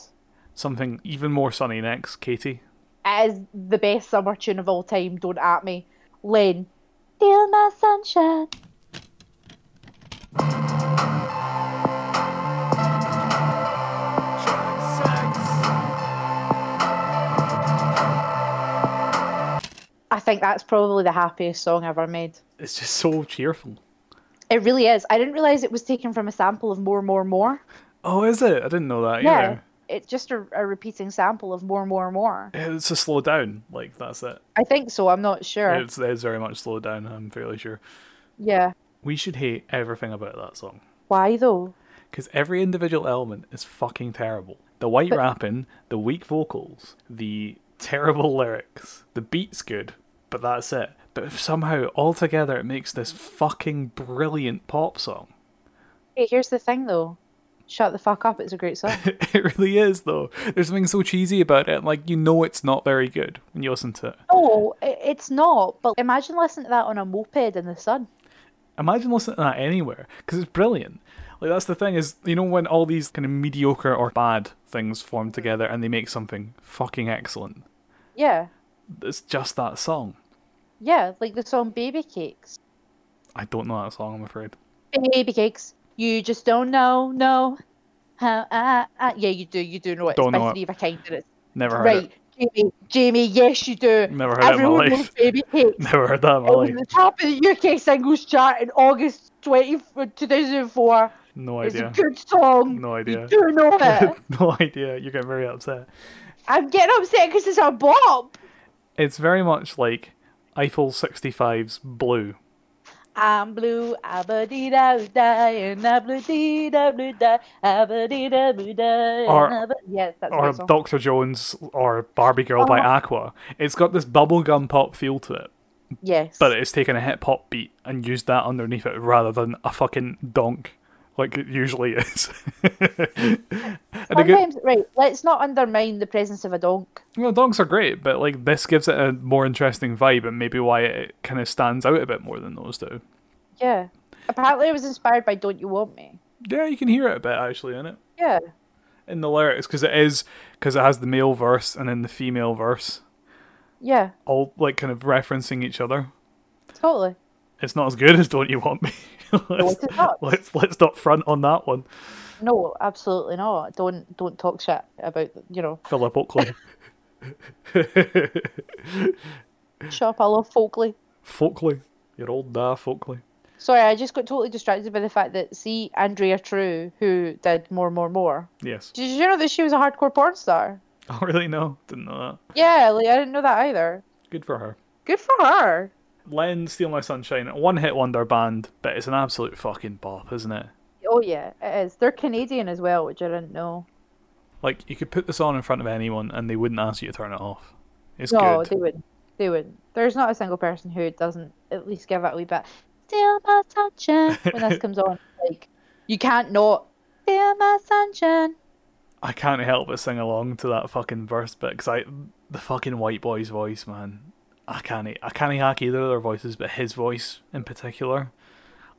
Speaker 1: Something even more sunny next, Katie.
Speaker 2: It is the best summer tune of all time. Don't at me, Len. Steal my sunshine. I think that's probably the happiest song ever made.
Speaker 1: It's just so cheerful.
Speaker 2: It really is. I didn't realize it was taken from a sample of More, More, More.
Speaker 1: Oh, is it? I didn't know that
Speaker 2: Yeah.
Speaker 1: either.
Speaker 2: It's just a, a repeating sample of More, More, More.
Speaker 1: It's a slow down. Like that's it.
Speaker 2: I think so. I'm not sure.
Speaker 1: It's, it's very much slowed down. I'm fairly sure.
Speaker 2: Yeah.
Speaker 1: We should hate everything about that song
Speaker 2: Why though?
Speaker 1: because every individual element is fucking terrible. The white rapping, the weak vocals, the terrible lyrics. The beat's good, but that's it. But if somehow all together it makes this fucking brilliant pop song.
Speaker 2: Hey, here's the thing though. Shut the fuck up. It's a great song.
Speaker 1: It really is though. There's something so cheesy about it. Like you know it's not very good when you listen to it.
Speaker 2: no, i- it's not. But imagine listening to that on a moped in the sun.
Speaker 1: imagine listening to that anywhere because it's brilliant like that's the thing is you know when all these kind of mediocre or bad things form together and they make something fucking excellent
Speaker 2: Yeah.
Speaker 1: it's just that song
Speaker 2: Yeah. Like the song Baby Cakes.
Speaker 1: i don't know that song i'm afraid
Speaker 2: Baby Cakes. You just don't know, no. How I, I. Yeah, you do. You do know it.
Speaker 1: Don't
Speaker 2: it's
Speaker 1: know
Speaker 2: by
Speaker 1: it.
Speaker 2: Steve Akin, and it's
Speaker 1: never heard
Speaker 2: right.
Speaker 1: it
Speaker 2: Jamie, Jamie, yes, you do.
Speaker 1: Never heard it in my
Speaker 2: Everyone
Speaker 1: life.
Speaker 2: loves Baby Cakes.
Speaker 1: never heard that in my
Speaker 2: It was at
Speaker 1: life
Speaker 2: the top of the UK singles chart in August 20, 2004.
Speaker 1: no
Speaker 2: It's
Speaker 1: idea
Speaker 2: a good song.
Speaker 1: No idea.
Speaker 2: You do know it.
Speaker 1: no idea you're getting very upset
Speaker 2: I'm getting upset because it's a bop.
Speaker 1: it's very much like eiffel 65's blue
Speaker 2: I'm blue, abadee-da-da, and I'm blue, dee-da-blue-da, abadee-da-blue-da,
Speaker 1: Or-
Speaker 2: and abba- Yes, that's a
Speaker 1: or
Speaker 2: good song.
Speaker 1: dr jones or barbie girl by
Speaker 2: Oh.
Speaker 1: aqua it's got this bubblegum pop feel to it
Speaker 2: Yes.
Speaker 1: but it's taken a hip hop beat and used that underneath it rather than a fucking donk like it usually is. and again,
Speaker 2: Sometimes, right, let's not undermine the presence of a donk.
Speaker 1: well, donks are great, but like this gives it a more interesting vibe and maybe why it kind of stands out a bit more than those do.
Speaker 2: Yeah. Apparently, it was inspired by Don't You Want Me.
Speaker 1: Yeah, you can hear it a bit actually in it
Speaker 2: Yeah.
Speaker 1: in the lyrics because it is because it has the male verse and then the female verse
Speaker 2: Yeah.
Speaker 1: all like kind of referencing each other.
Speaker 2: Totally.
Speaker 1: It's not as good as "Don't You Want Me." let's,
Speaker 2: it's not.
Speaker 1: let's let's not front on that one,
Speaker 2: No, absolutely not. Don't don't talk shit about you know.
Speaker 1: Philip Oakley.
Speaker 2: Shut up. I love Folkley.
Speaker 1: Folkley. Your old da Folkley.
Speaker 2: Sorry, I just got totally distracted by the fact that see Andrea True, who did more, more, more.
Speaker 1: Yes.
Speaker 2: Did you know that she was a hardcore porn star?
Speaker 1: Oh, really? No. Didn't know
Speaker 2: Yeah, like I didn't know that either.
Speaker 1: that. Good for her.
Speaker 2: Good for her.
Speaker 1: Len, Steal My Sunshine. a One hit wonder band, but it's an absolute fucking bop, isn't it?
Speaker 2: Oh yeah, it is. They're Canadian as well, which I didn't know.
Speaker 1: Like, you could put this on in front of anyone and they wouldn't ask you to turn it off. It's
Speaker 2: no,
Speaker 1: good.
Speaker 2: they wouldn't. They wouldn't. There's not a single person who doesn't at least give that wee bit. Steal my sunshine when this comes on. Like you can't not steal my sunshine.
Speaker 1: I can't help but sing along to that fucking verse bit because I. The fucking white boy's voice, man. I can't. e, I can't hack either of their voices, but his voice in particular.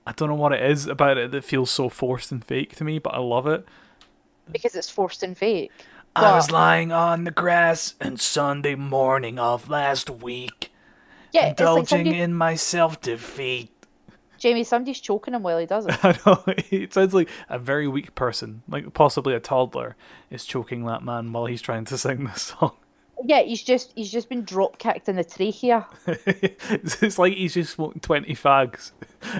Speaker 1: I don't know what it is about it that feels so forced and fake to me, but I love it.
Speaker 2: Because it's forced and fake.
Speaker 1: I was
Speaker 2: But-
Speaker 1: lying on the grass on Sunday morning of last week,
Speaker 2: yeah, it's like
Speaker 1: indulging
Speaker 2: somebody,
Speaker 1: in my self defeat.
Speaker 2: Jamie, somebody's choking him while he does it.
Speaker 1: I know, it sounds like a very weak person, like possibly a toddler, is choking that man while he's trying to sing this song.
Speaker 2: Yeah, he's just he's just been drop kicked in the trachea.
Speaker 1: it's it's like he's just smoked 20 fags,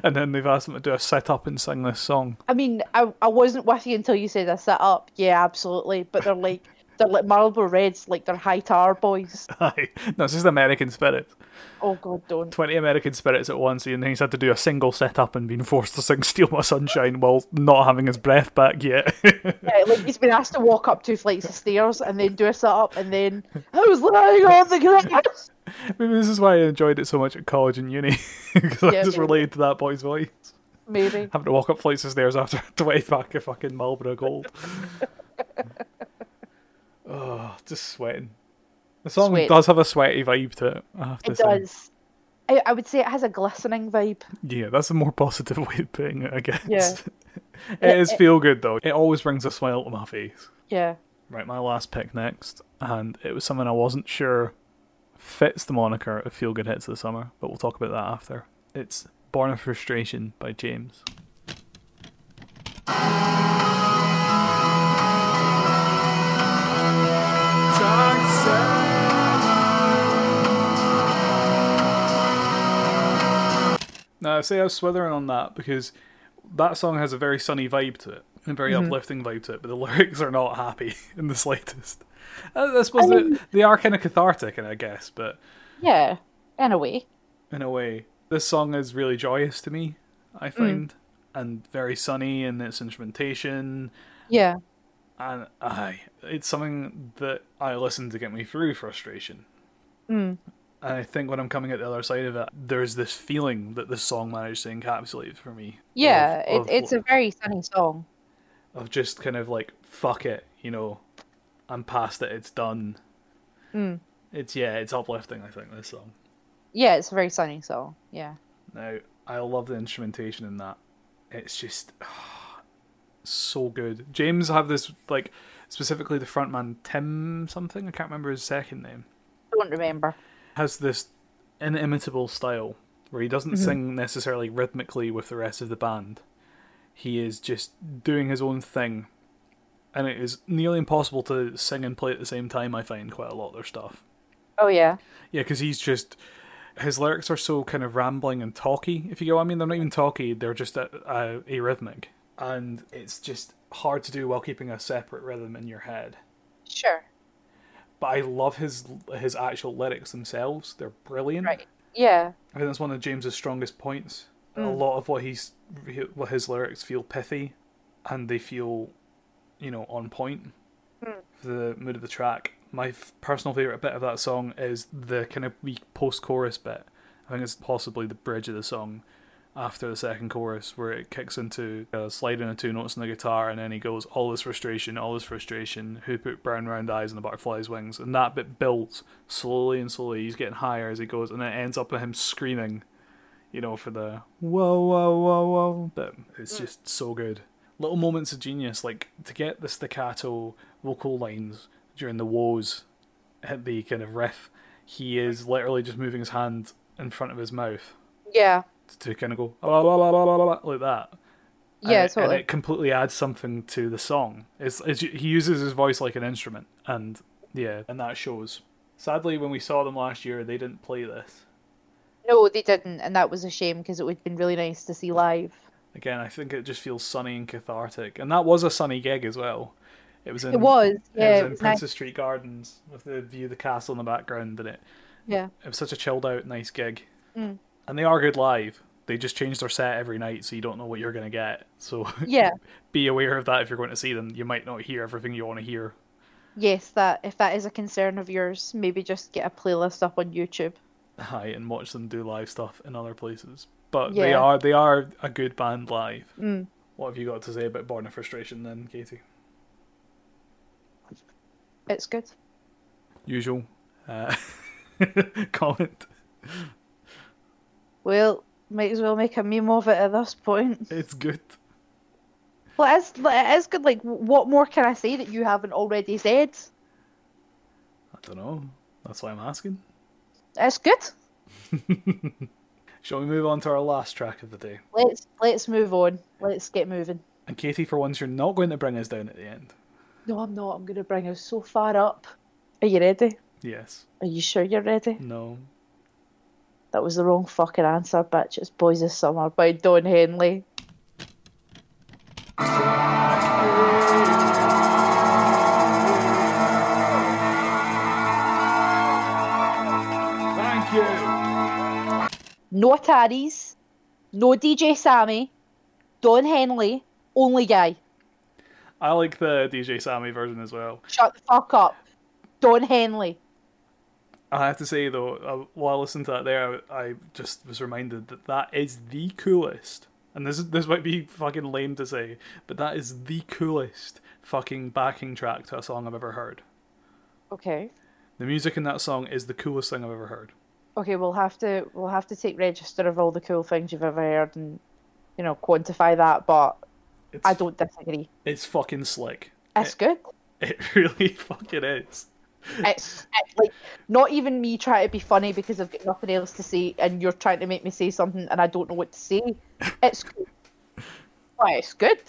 Speaker 1: and then they've asked him to do a sit up and sing this song.
Speaker 2: I mean, I, I wasn't with you until you said I set up. Yeah, absolutely. But they're like they're like Marlboro Reds, like they're high tar boys.
Speaker 1: Aye. no, it's just American spirit.
Speaker 2: Oh God, don't.
Speaker 1: 20 American spirits at once, and then he's had to do a single sit up and been forced to sing Steal My Sunshine while not having his breath back yet.
Speaker 2: Yeah, like he's been asked to walk up two flights of stairs and then do a set up and then I was lying on the grass.
Speaker 1: Maybe this is why I enjoyed it so much at college and uni because I
Speaker 2: Yeah,
Speaker 1: just
Speaker 2: maybe.
Speaker 1: related to that boy's voice.
Speaker 2: Maybe.
Speaker 1: Having to walk up flights of stairs after a twenty pack of fucking Marlboro Gold. oh, just sweating. The song
Speaker 2: Sweat.
Speaker 1: does have a sweaty vibe to it. I have to
Speaker 2: It
Speaker 1: say.
Speaker 2: does. I, I would say it has a glistening vibe.
Speaker 1: Yeah, that's a more positive way of putting it. I guess.
Speaker 2: Yeah.
Speaker 1: it is feel good though. It always brings a smile to my face.
Speaker 2: Yeah.
Speaker 1: Right, my last pick next, and it was something I wasn't sure fits the moniker of Feel Good Hits of the Summer, but we'll talk about that after. It's Born of Frustration by James.
Speaker 3: Jackson.
Speaker 1: I say I was swithering on that because that song has a very sunny vibe to it, a very
Speaker 2: Mm-hmm.
Speaker 1: uplifting vibe to it, but the lyrics are not happy in the slightest. Uh, I, I suppose
Speaker 2: I
Speaker 1: they-
Speaker 2: mean-
Speaker 1: they are kind of cathartic, and I guess, but
Speaker 2: Yeah, in a way.
Speaker 1: in a way. This song is really joyous to me,
Speaker 2: Mm.
Speaker 1: I find, and very sunny in its instrumentation,
Speaker 2: Yeah,
Speaker 1: and I, it's something that I listen to get me through frustration.
Speaker 2: Mm.
Speaker 1: And I think when I'm coming at the other side of it, there's this feeling that this song managed to encapsulate for me.
Speaker 2: yeah.
Speaker 1: of, of-
Speaker 2: it, it's a very sunny song.
Speaker 1: of just kind of like fuck it, you know, I'm past it, it's done.
Speaker 2: Mm.
Speaker 1: It's yeah, it's uplifting. I think this song.
Speaker 2: Yeah, it's a very sunny song. Yeah.
Speaker 1: Now, I love the instrumentation in that. It's just so good. James have this like specifically the frontman Tim something I can't remember his second name
Speaker 2: Don't remember.
Speaker 1: has this inimitable style where he doesn't sing necessarily rhythmically with the rest of the band. He is just doing his own thing, and it is nearly impossible to sing and play at the same time. I find quite a lot of their stuff.
Speaker 2: Oh yeah.
Speaker 1: Yeah, because he's just his lyrics are so kind of rambling and talky. If you go, I mean, they're not even talky; they're just uh, uh, arrhythmic, and it's just hard to do while keeping a separate rhythm in your head.
Speaker 2: Sure.
Speaker 1: But I love his his actual lyrics themselves; they're brilliant.
Speaker 2: Right. Yeah.
Speaker 1: I think that's one of James's strongest points. A lot of what he's what his lyrics feel pithy, and they feel, you know, on point for the mood of the track. My f- personal favorite bit of that song is the kind of wee post-chorus bit. I think it's possibly the bridge of the song after the second chorus where it kicks into a slide into two notes on the guitar and then he goes all this frustration all this frustration who put brown round eyes on the butterfly's wings and that bit builds slowly and slowly he's getting higher as he goes and it ends up with him screaming you know for the whoa whoa whoa whoa but it's just so good little moments of genius like to get the staccato vocal lines during the woes at the kind of riff he is literally just moving his hand in front of his mouth
Speaker 2: Yeah.
Speaker 1: to kind of go "Ah, la, la, la, la, la, la," like that. And
Speaker 2: Yeah.
Speaker 1: it- and,
Speaker 2: totally.
Speaker 1: it completely adds something to the song. It's, it's he uses his voice like an instrument, and yeah, and that shows. Sadly, when we saw them last year, they didn't play this.
Speaker 2: No, they didn't, and that was a shame because it would have been really nice to see live.
Speaker 1: Again, I think it just feels sunny and cathartic, and that was a sunny gig as well. It was in
Speaker 2: It was.
Speaker 1: Um, it
Speaker 2: Yeah.
Speaker 1: was
Speaker 2: It
Speaker 1: in
Speaker 2: was nice.
Speaker 1: Princess Street Gardens with the view of the castle in the background, and it
Speaker 2: Yeah.
Speaker 1: it was such a chilled out, nice gig.
Speaker 2: Mm.
Speaker 1: And they are good live. They just change their set every night, so you don't know what you're gonna get. So
Speaker 2: Yeah.
Speaker 1: be aware of that if you're going to see them. You might not hear everything you want to hear.
Speaker 2: Yes, that if that is a concern of yours, maybe just get a playlist up on YouTube.
Speaker 1: Hi, and watch them do live stuff in other places. But they
Speaker 2: Yeah.
Speaker 1: are they are a good band live.
Speaker 2: Mm.
Speaker 1: What have you got to say about Born of Frustration then, Katie?
Speaker 2: It's good.
Speaker 1: Usual uh, comment.
Speaker 2: Well, might as well make a meme of it at this point.
Speaker 1: It's good.
Speaker 2: Well, it's it is good. Like, what more can I say that you haven't already said?
Speaker 1: I don't know. That's why I'm asking.
Speaker 2: It's good.
Speaker 1: Shall we move on to our last track of the day?
Speaker 2: Let's let's move on. Let's get moving.
Speaker 1: And Katie, for once, you're not going to bring us down at the end.
Speaker 2: No, I'm not. I'm gonna bring us so far up. Are you ready?
Speaker 1: Yes.
Speaker 2: Are you sure you're ready?
Speaker 1: No.
Speaker 2: That was the wrong fucking answer, bitch. It's Boys of Summer by Don Henley.
Speaker 1: Thank you.
Speaker 2: No Ataris, no DJ Sammy, Don Henley, only guy.
Speaker 1: I like the DJ Sammy version as well.
Speaker 2: Shut the fuck up. Don Henley.
Speaker 1: I have to say though, uh, while I listened to that there, I, I just was reminded that that is the coolest. And this this might be fucking lame to say, but that is the coolest fucking backing track to a song I've ever heard.
Speaker 2: Okay.
Speaker 1: The music in that song is the coolest thing I've ever heard.
Speaker 2: Okay, we'll have to we'll have to take register of all the cool things you've ever heard and you know, quantify that, but
Speaker 1: It's,
Speaker 2: I don't disagree.
Speaker 1: It's fucking slick.
Speaker 2: It's good.
Speaker 1: It really fucking is.
Speaker 2: It's, it's like not even me trying to be funny because I've got nothing else to say, and you're trying to make me say something, and I don't know what to say. It's good. Why it's good.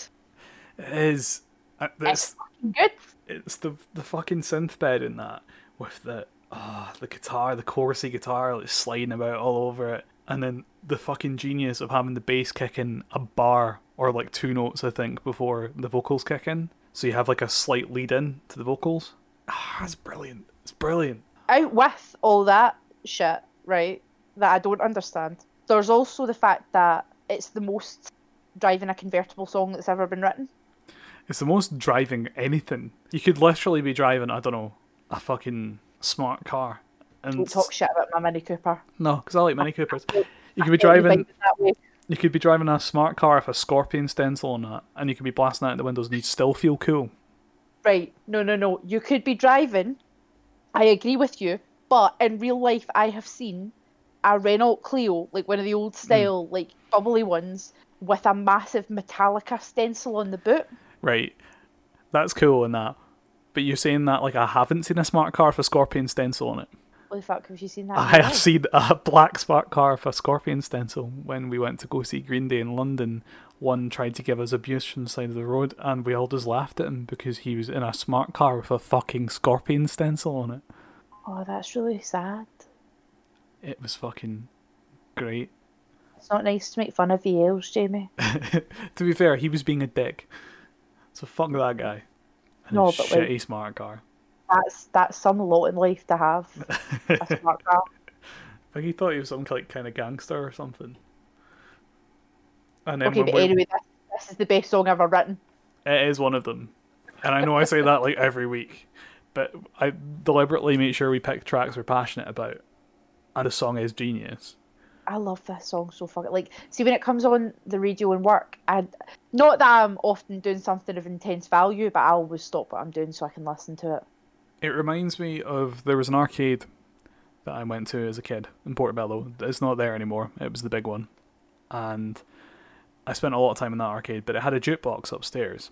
Speaker 1: It is. uh,
Speaker 2: It's
Speaker 1: It's
Speaker 2: fucking good.
Speaker 1: it's the the fucking synth bed in that with the ah the guitar, the chorusy guitar, like sliding about all over it. and then the fucking genius of having the bass kick in a bar or like two notes, I think, before the vocals kick in. So you have like a slight lead in to the vocals. Ah, it's brilliant. It's brilliant.
Speaker 2: out with all that shit, right, that I don't understand, there's also the fact that it's the most driving a convertible song that's ever been written.
Speaker 1: It's the most driving anything. You could literally be driving, I don't know, a fucking smart car. And
Speaker 2: Don't talk shit about my Mini Cooper.
Speaker 1: no, because I like Mini Coopers. You could
Speaker 2: I
Speaker 1: be
Speaker 2: don't
Speaker 1: driving.
Speaker 2: like it that way.
Speaker 1: You could be driving a smart car with a scorpion stencil on it, and you could be blasting out the windows, and you'd still feel cool.
Speaker 2: Right, no, no, no. You could be driving. I agree with you, but in real life, I have seen a Renault Clio, like one of the old
Speaker 1: Hmm.
Speaker 2: style, like bubbly ones, with a massive Metallica stencil on the boot.
Speaker 1: Right, that's cool and that. But you're saying that like I haven't seen a smart car with a scorpion stencil on it.
Speaker 2: Holy fuck, have you seen that? in
Speaker 1: I
Speaker 2: real
Speaker 1: have
Speaker 2: life?
Speaker 1: seen a black smart car with a scorpion stencil when we went to go see Green Day in London. One tried to give us abuse from the side of the road, and we all just laughed at him because he was in a smart car with a fucking scorpion stencil on it.
Speaker 2: Oh, that's really sad.
Speaker 1: It was fucking great.
Speaker 2: It's not nice to make fun of VLs, Jamie.
Speaker 1: to be fair, he was being a dick. So fuck that guy. And
Speaker 2: No,
Speaker 1: his
Speaker 2: but, like-
Speaker 1: shitty smart car.
Speaker 2: That's that's some lot in life to have. A smart car.
Speaker 1: Like he thought he was some like kind of gangster or something. And then
Speaker 2: Okay,
Speaker 1: when
Speaker 2: but
Speaker 1: we-
Speaker 2: anyway, this, this is the best song ever written.
Speaker 1: it is one of them, and I know I say that like every week, but I deliberately make sure we pick tracks we're passionate about, and the song is genius.
Speaker 2: I love this song so fucking like. See, when it comes on the radio and work, and not that I'm often doing something of intense value, but I always stop what I'm doing so I can listen to it.
Speaker 1: It reminds me of there was an arcade that I went to as a kid in Portobello. It's not there anymore. It was the big one, and I spent a lot of time in that arcade. But it had a jukebox upstairs,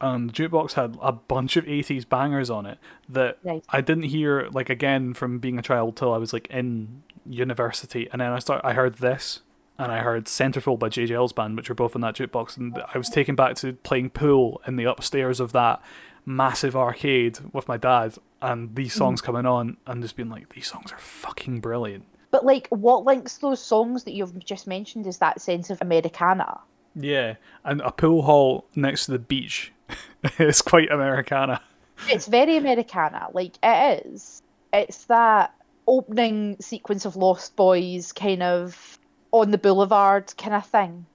Speaker 1: and the jukebox had a bunch of '80s bangers on it that
Speaker 2: Nice.
Speaker 1: I didn't hear like again from being a child till I was like in university, and then I start I heard this. And I heard Centerfold by JJL's band, which were both in that jukebox, and I was taken back to playing pool in the upstairs of that massive arcade with my dad, and these songs coming on, and just being like, these songs are fucking brilliant.
Speaker 2: But like, what links those songs that you've just mentioned is that sense of Americana.
Speaker 1: Yeah, and a pool hall next to the beach is quite Americana.
Speaker 2: It's very Americana, like it is. It's that opening sequence of Lost Boys kind of on the boulevard kind of thing.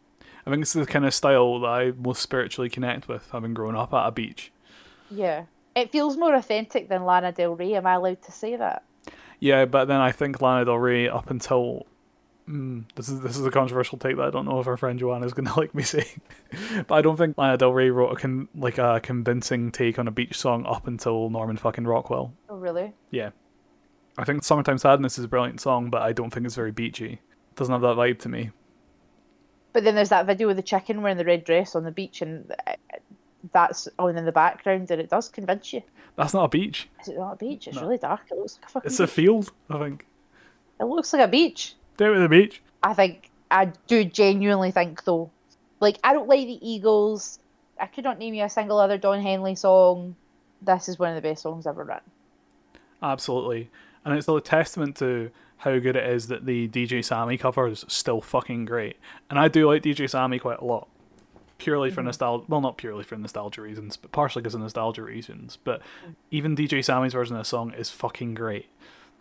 Speaker 1: I think it's the kind of style that I most spiritually connect with, having grown up at a beach.
Speaker 2: Yeah. It feels more authentic than Lana Del Rey. Am I allowed to say that?
Speaker 1: Yeah, but then I think Lana Del Rey up until mm, this is this is a controversial take that I don't know if our friend Joanna's going to like me saying, but I don't think Lana Del Rey wrote a con- like a convincing take on a beach song up until Norman fucking Rockwell.
Speaker 2: Oh, really?
Speaker 1: Yeah, I think "Summertime Sadness" is a brilliant song, but I don't think it's very beachy. It doesn't have that vibe to me.
Speaker 2: But then there's that video of the chicken wearing the red dress on the beach, and uh, that's on in the background, and it does convince you.
Speaker 1: That's not a beach.
Speaker 2: Is it not a beach? It's
Speaker 1: No.
Speaker 2: really dark. It looks like a fucking.
Speaker 1: It's a field. I think.
Speaker 2: it looks like a beach.
Speaker 1: Down with the beach.
Speaker 2: I think I do genuinely think though. Like I don't like the Eagles. I could not name you a single other Don Henley song. This is one of the best songs ever written.
Speaker 1: Absolutely. And it's still a testament to how good it is that the DJ Sammy cover is still fucking great. And I do like DJ Sammy quite a lot. Purely for nostalgia, well, not purely for nostalgia reasons, but partially because of nostalgia reasons. But even DJ Sammy's version of the song is fucking great.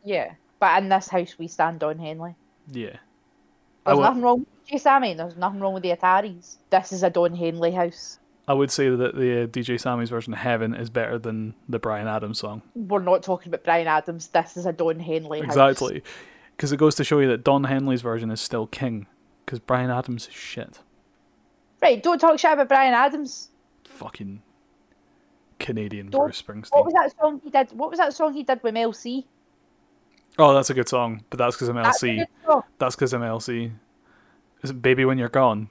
Speaker 2: Yeah. But in this house we stand Don Henley.
Speaker 1: Yeah. I
Speaker 2: There's
Speaker 1: would-
Speaker 2: nothing wrong with Jay Sammy, there's nothing wrong with the Ataris. This is a Don Henley house.
Speaker 1: I would say that the uh, DJ Sammy's version of Heaven is better than the Brian Adams song.
Speaker 2: We're not talking about Brian Adams, this is a Don Henley house.
Speaker 1: Exactly. Because it goes to show you that Don Henley's version is still king. Because Brian Adams is shit.
Speaker 2: Right, don't talk shit about Brian Adams.
Speaker 1: Fucking Canadian
Speaker 2: Don't-
Speaker 1: Bruce Springsteen.
Speaker 2: What was that song he did what was that song he did with Mel C?
Speaker 1: Oh, that's a good song, but that's because I'm
Speaker 2: That's a
Speaker 1: LC.
Speaker 2: good song.
Speaker 1: That's because I'm LC. Is it Baby When You're Gone?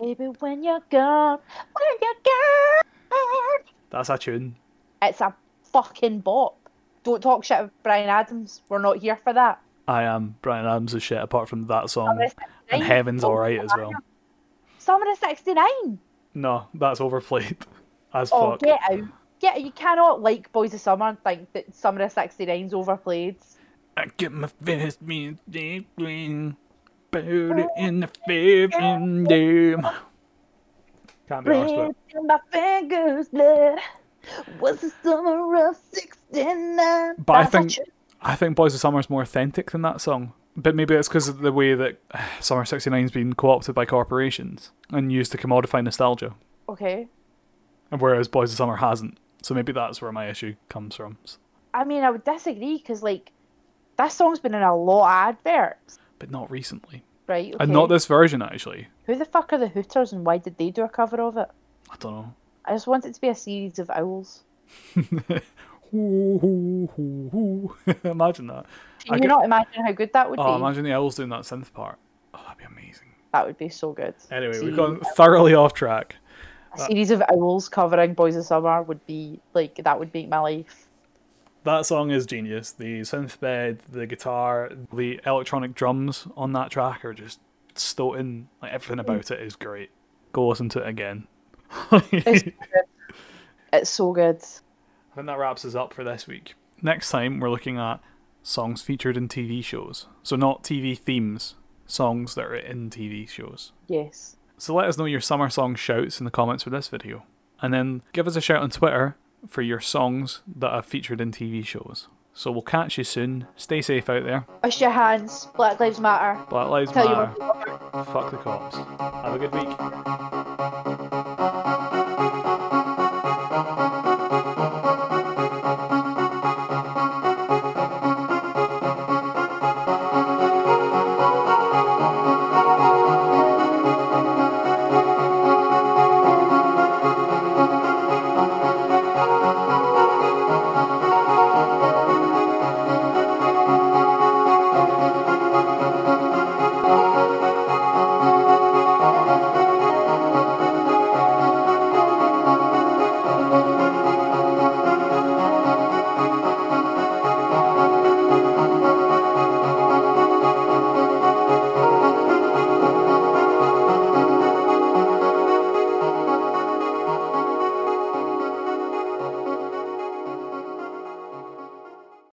Speaker 2: Baby when you're gone, when you're gone.
Speaker 1: That's a tune.
Speaker 2: It's a fucking bop. Don't talk shit about Brian Adams. We're not here for that.
Speaker 1: I am Brian Adams' is shit, apart from that song.
Speaker 2: Summer of 69.
Speaker 1: And Heaven's
Speaker 2: Oh,
Speaker 1: alright as well.
Speaker 2: Summer of 69.
Speaker 1: No, that's overplayed. As
Speaker 2: Oh,
Speaker 1: fuck.
Speaker 2: get out. Get out. You cannot like Boys of Summer and think that Summer of 69's overplayed.
Speaker 1: I get my fist me dangling, put it in the fifth in them. Can't be honest with
Speaker 2: Red
Speaker 1: it.
Speaker 2: in my fingers, blood. Was the summer of '69.
Speaker 1: But I think I think Boys of Summer is more authentic than that song. But maybe it's because of the way that uh, Summer '69 has been co-opted by corporations and used to commodify nostalgia,
Speaker 2: Okay.
Speaker 1: and whereas Boys of Summer hasn't. So maybe that's where my issue comes from.
Speaker 2: I mean, I would disagree because like that song's been in a lot of adverts,
Speaker 1: But not recently,
Speaker 2: right? Okay.
Speaker 1: and not this version actually.
Speaker 2: Who the fuck are the Hooters and why did they do a cover of it?
Speaker 1: I don't know.
Speaker 2: I just want it to be a series of owls.
Speaker 1: Hoo, hoo, hoo, hoo. imagine that. I
Speaker 2: Can you
Speaker 1: could-
Speaker 2: not imagine how good that would
Speaker 1: Oh,
Speaker 2: be?
Speaker 1: imagine the owls doing that synth part. Oh, that'd be amazing.
Speaker 2: That would be so good.
Speaker 1: Anyway, we've
Speaker 2: See,
Speaker 1: gone thoroughly off track.
Speaker 2: a series of owls covering Boys of Summer would be like that would make my life.
Speaker 1: That song is genius. The synth bed, the guitar, the electronic drums on that track are just stoating. Like everything about it is great. Go listen to it again. I
Speaker 2: It's
Speaker 1: think
Speaker 2: so good. It's so good.
Speaker 1: that wraps us up for this week. Next time we're looking at songs featured in TV shows. So not TV themes, songs that are in TV shows.
Speaker 2: Yes.
Speaker 1: So let us know your summer song shouts in the comments for this video. And then give us a shout on Twitter for your songs that are featured in TV shows. So we'll catch you soon. Stay safe out there.
Speaker 2: Wash your hands. Black Lives Matter.
Speaker 1: Black Lives
Speaker 2: Tell you
Speaker 1: Matter.
Speaker 2: what.
Speaker 1: Fuck the cops. Have a good week.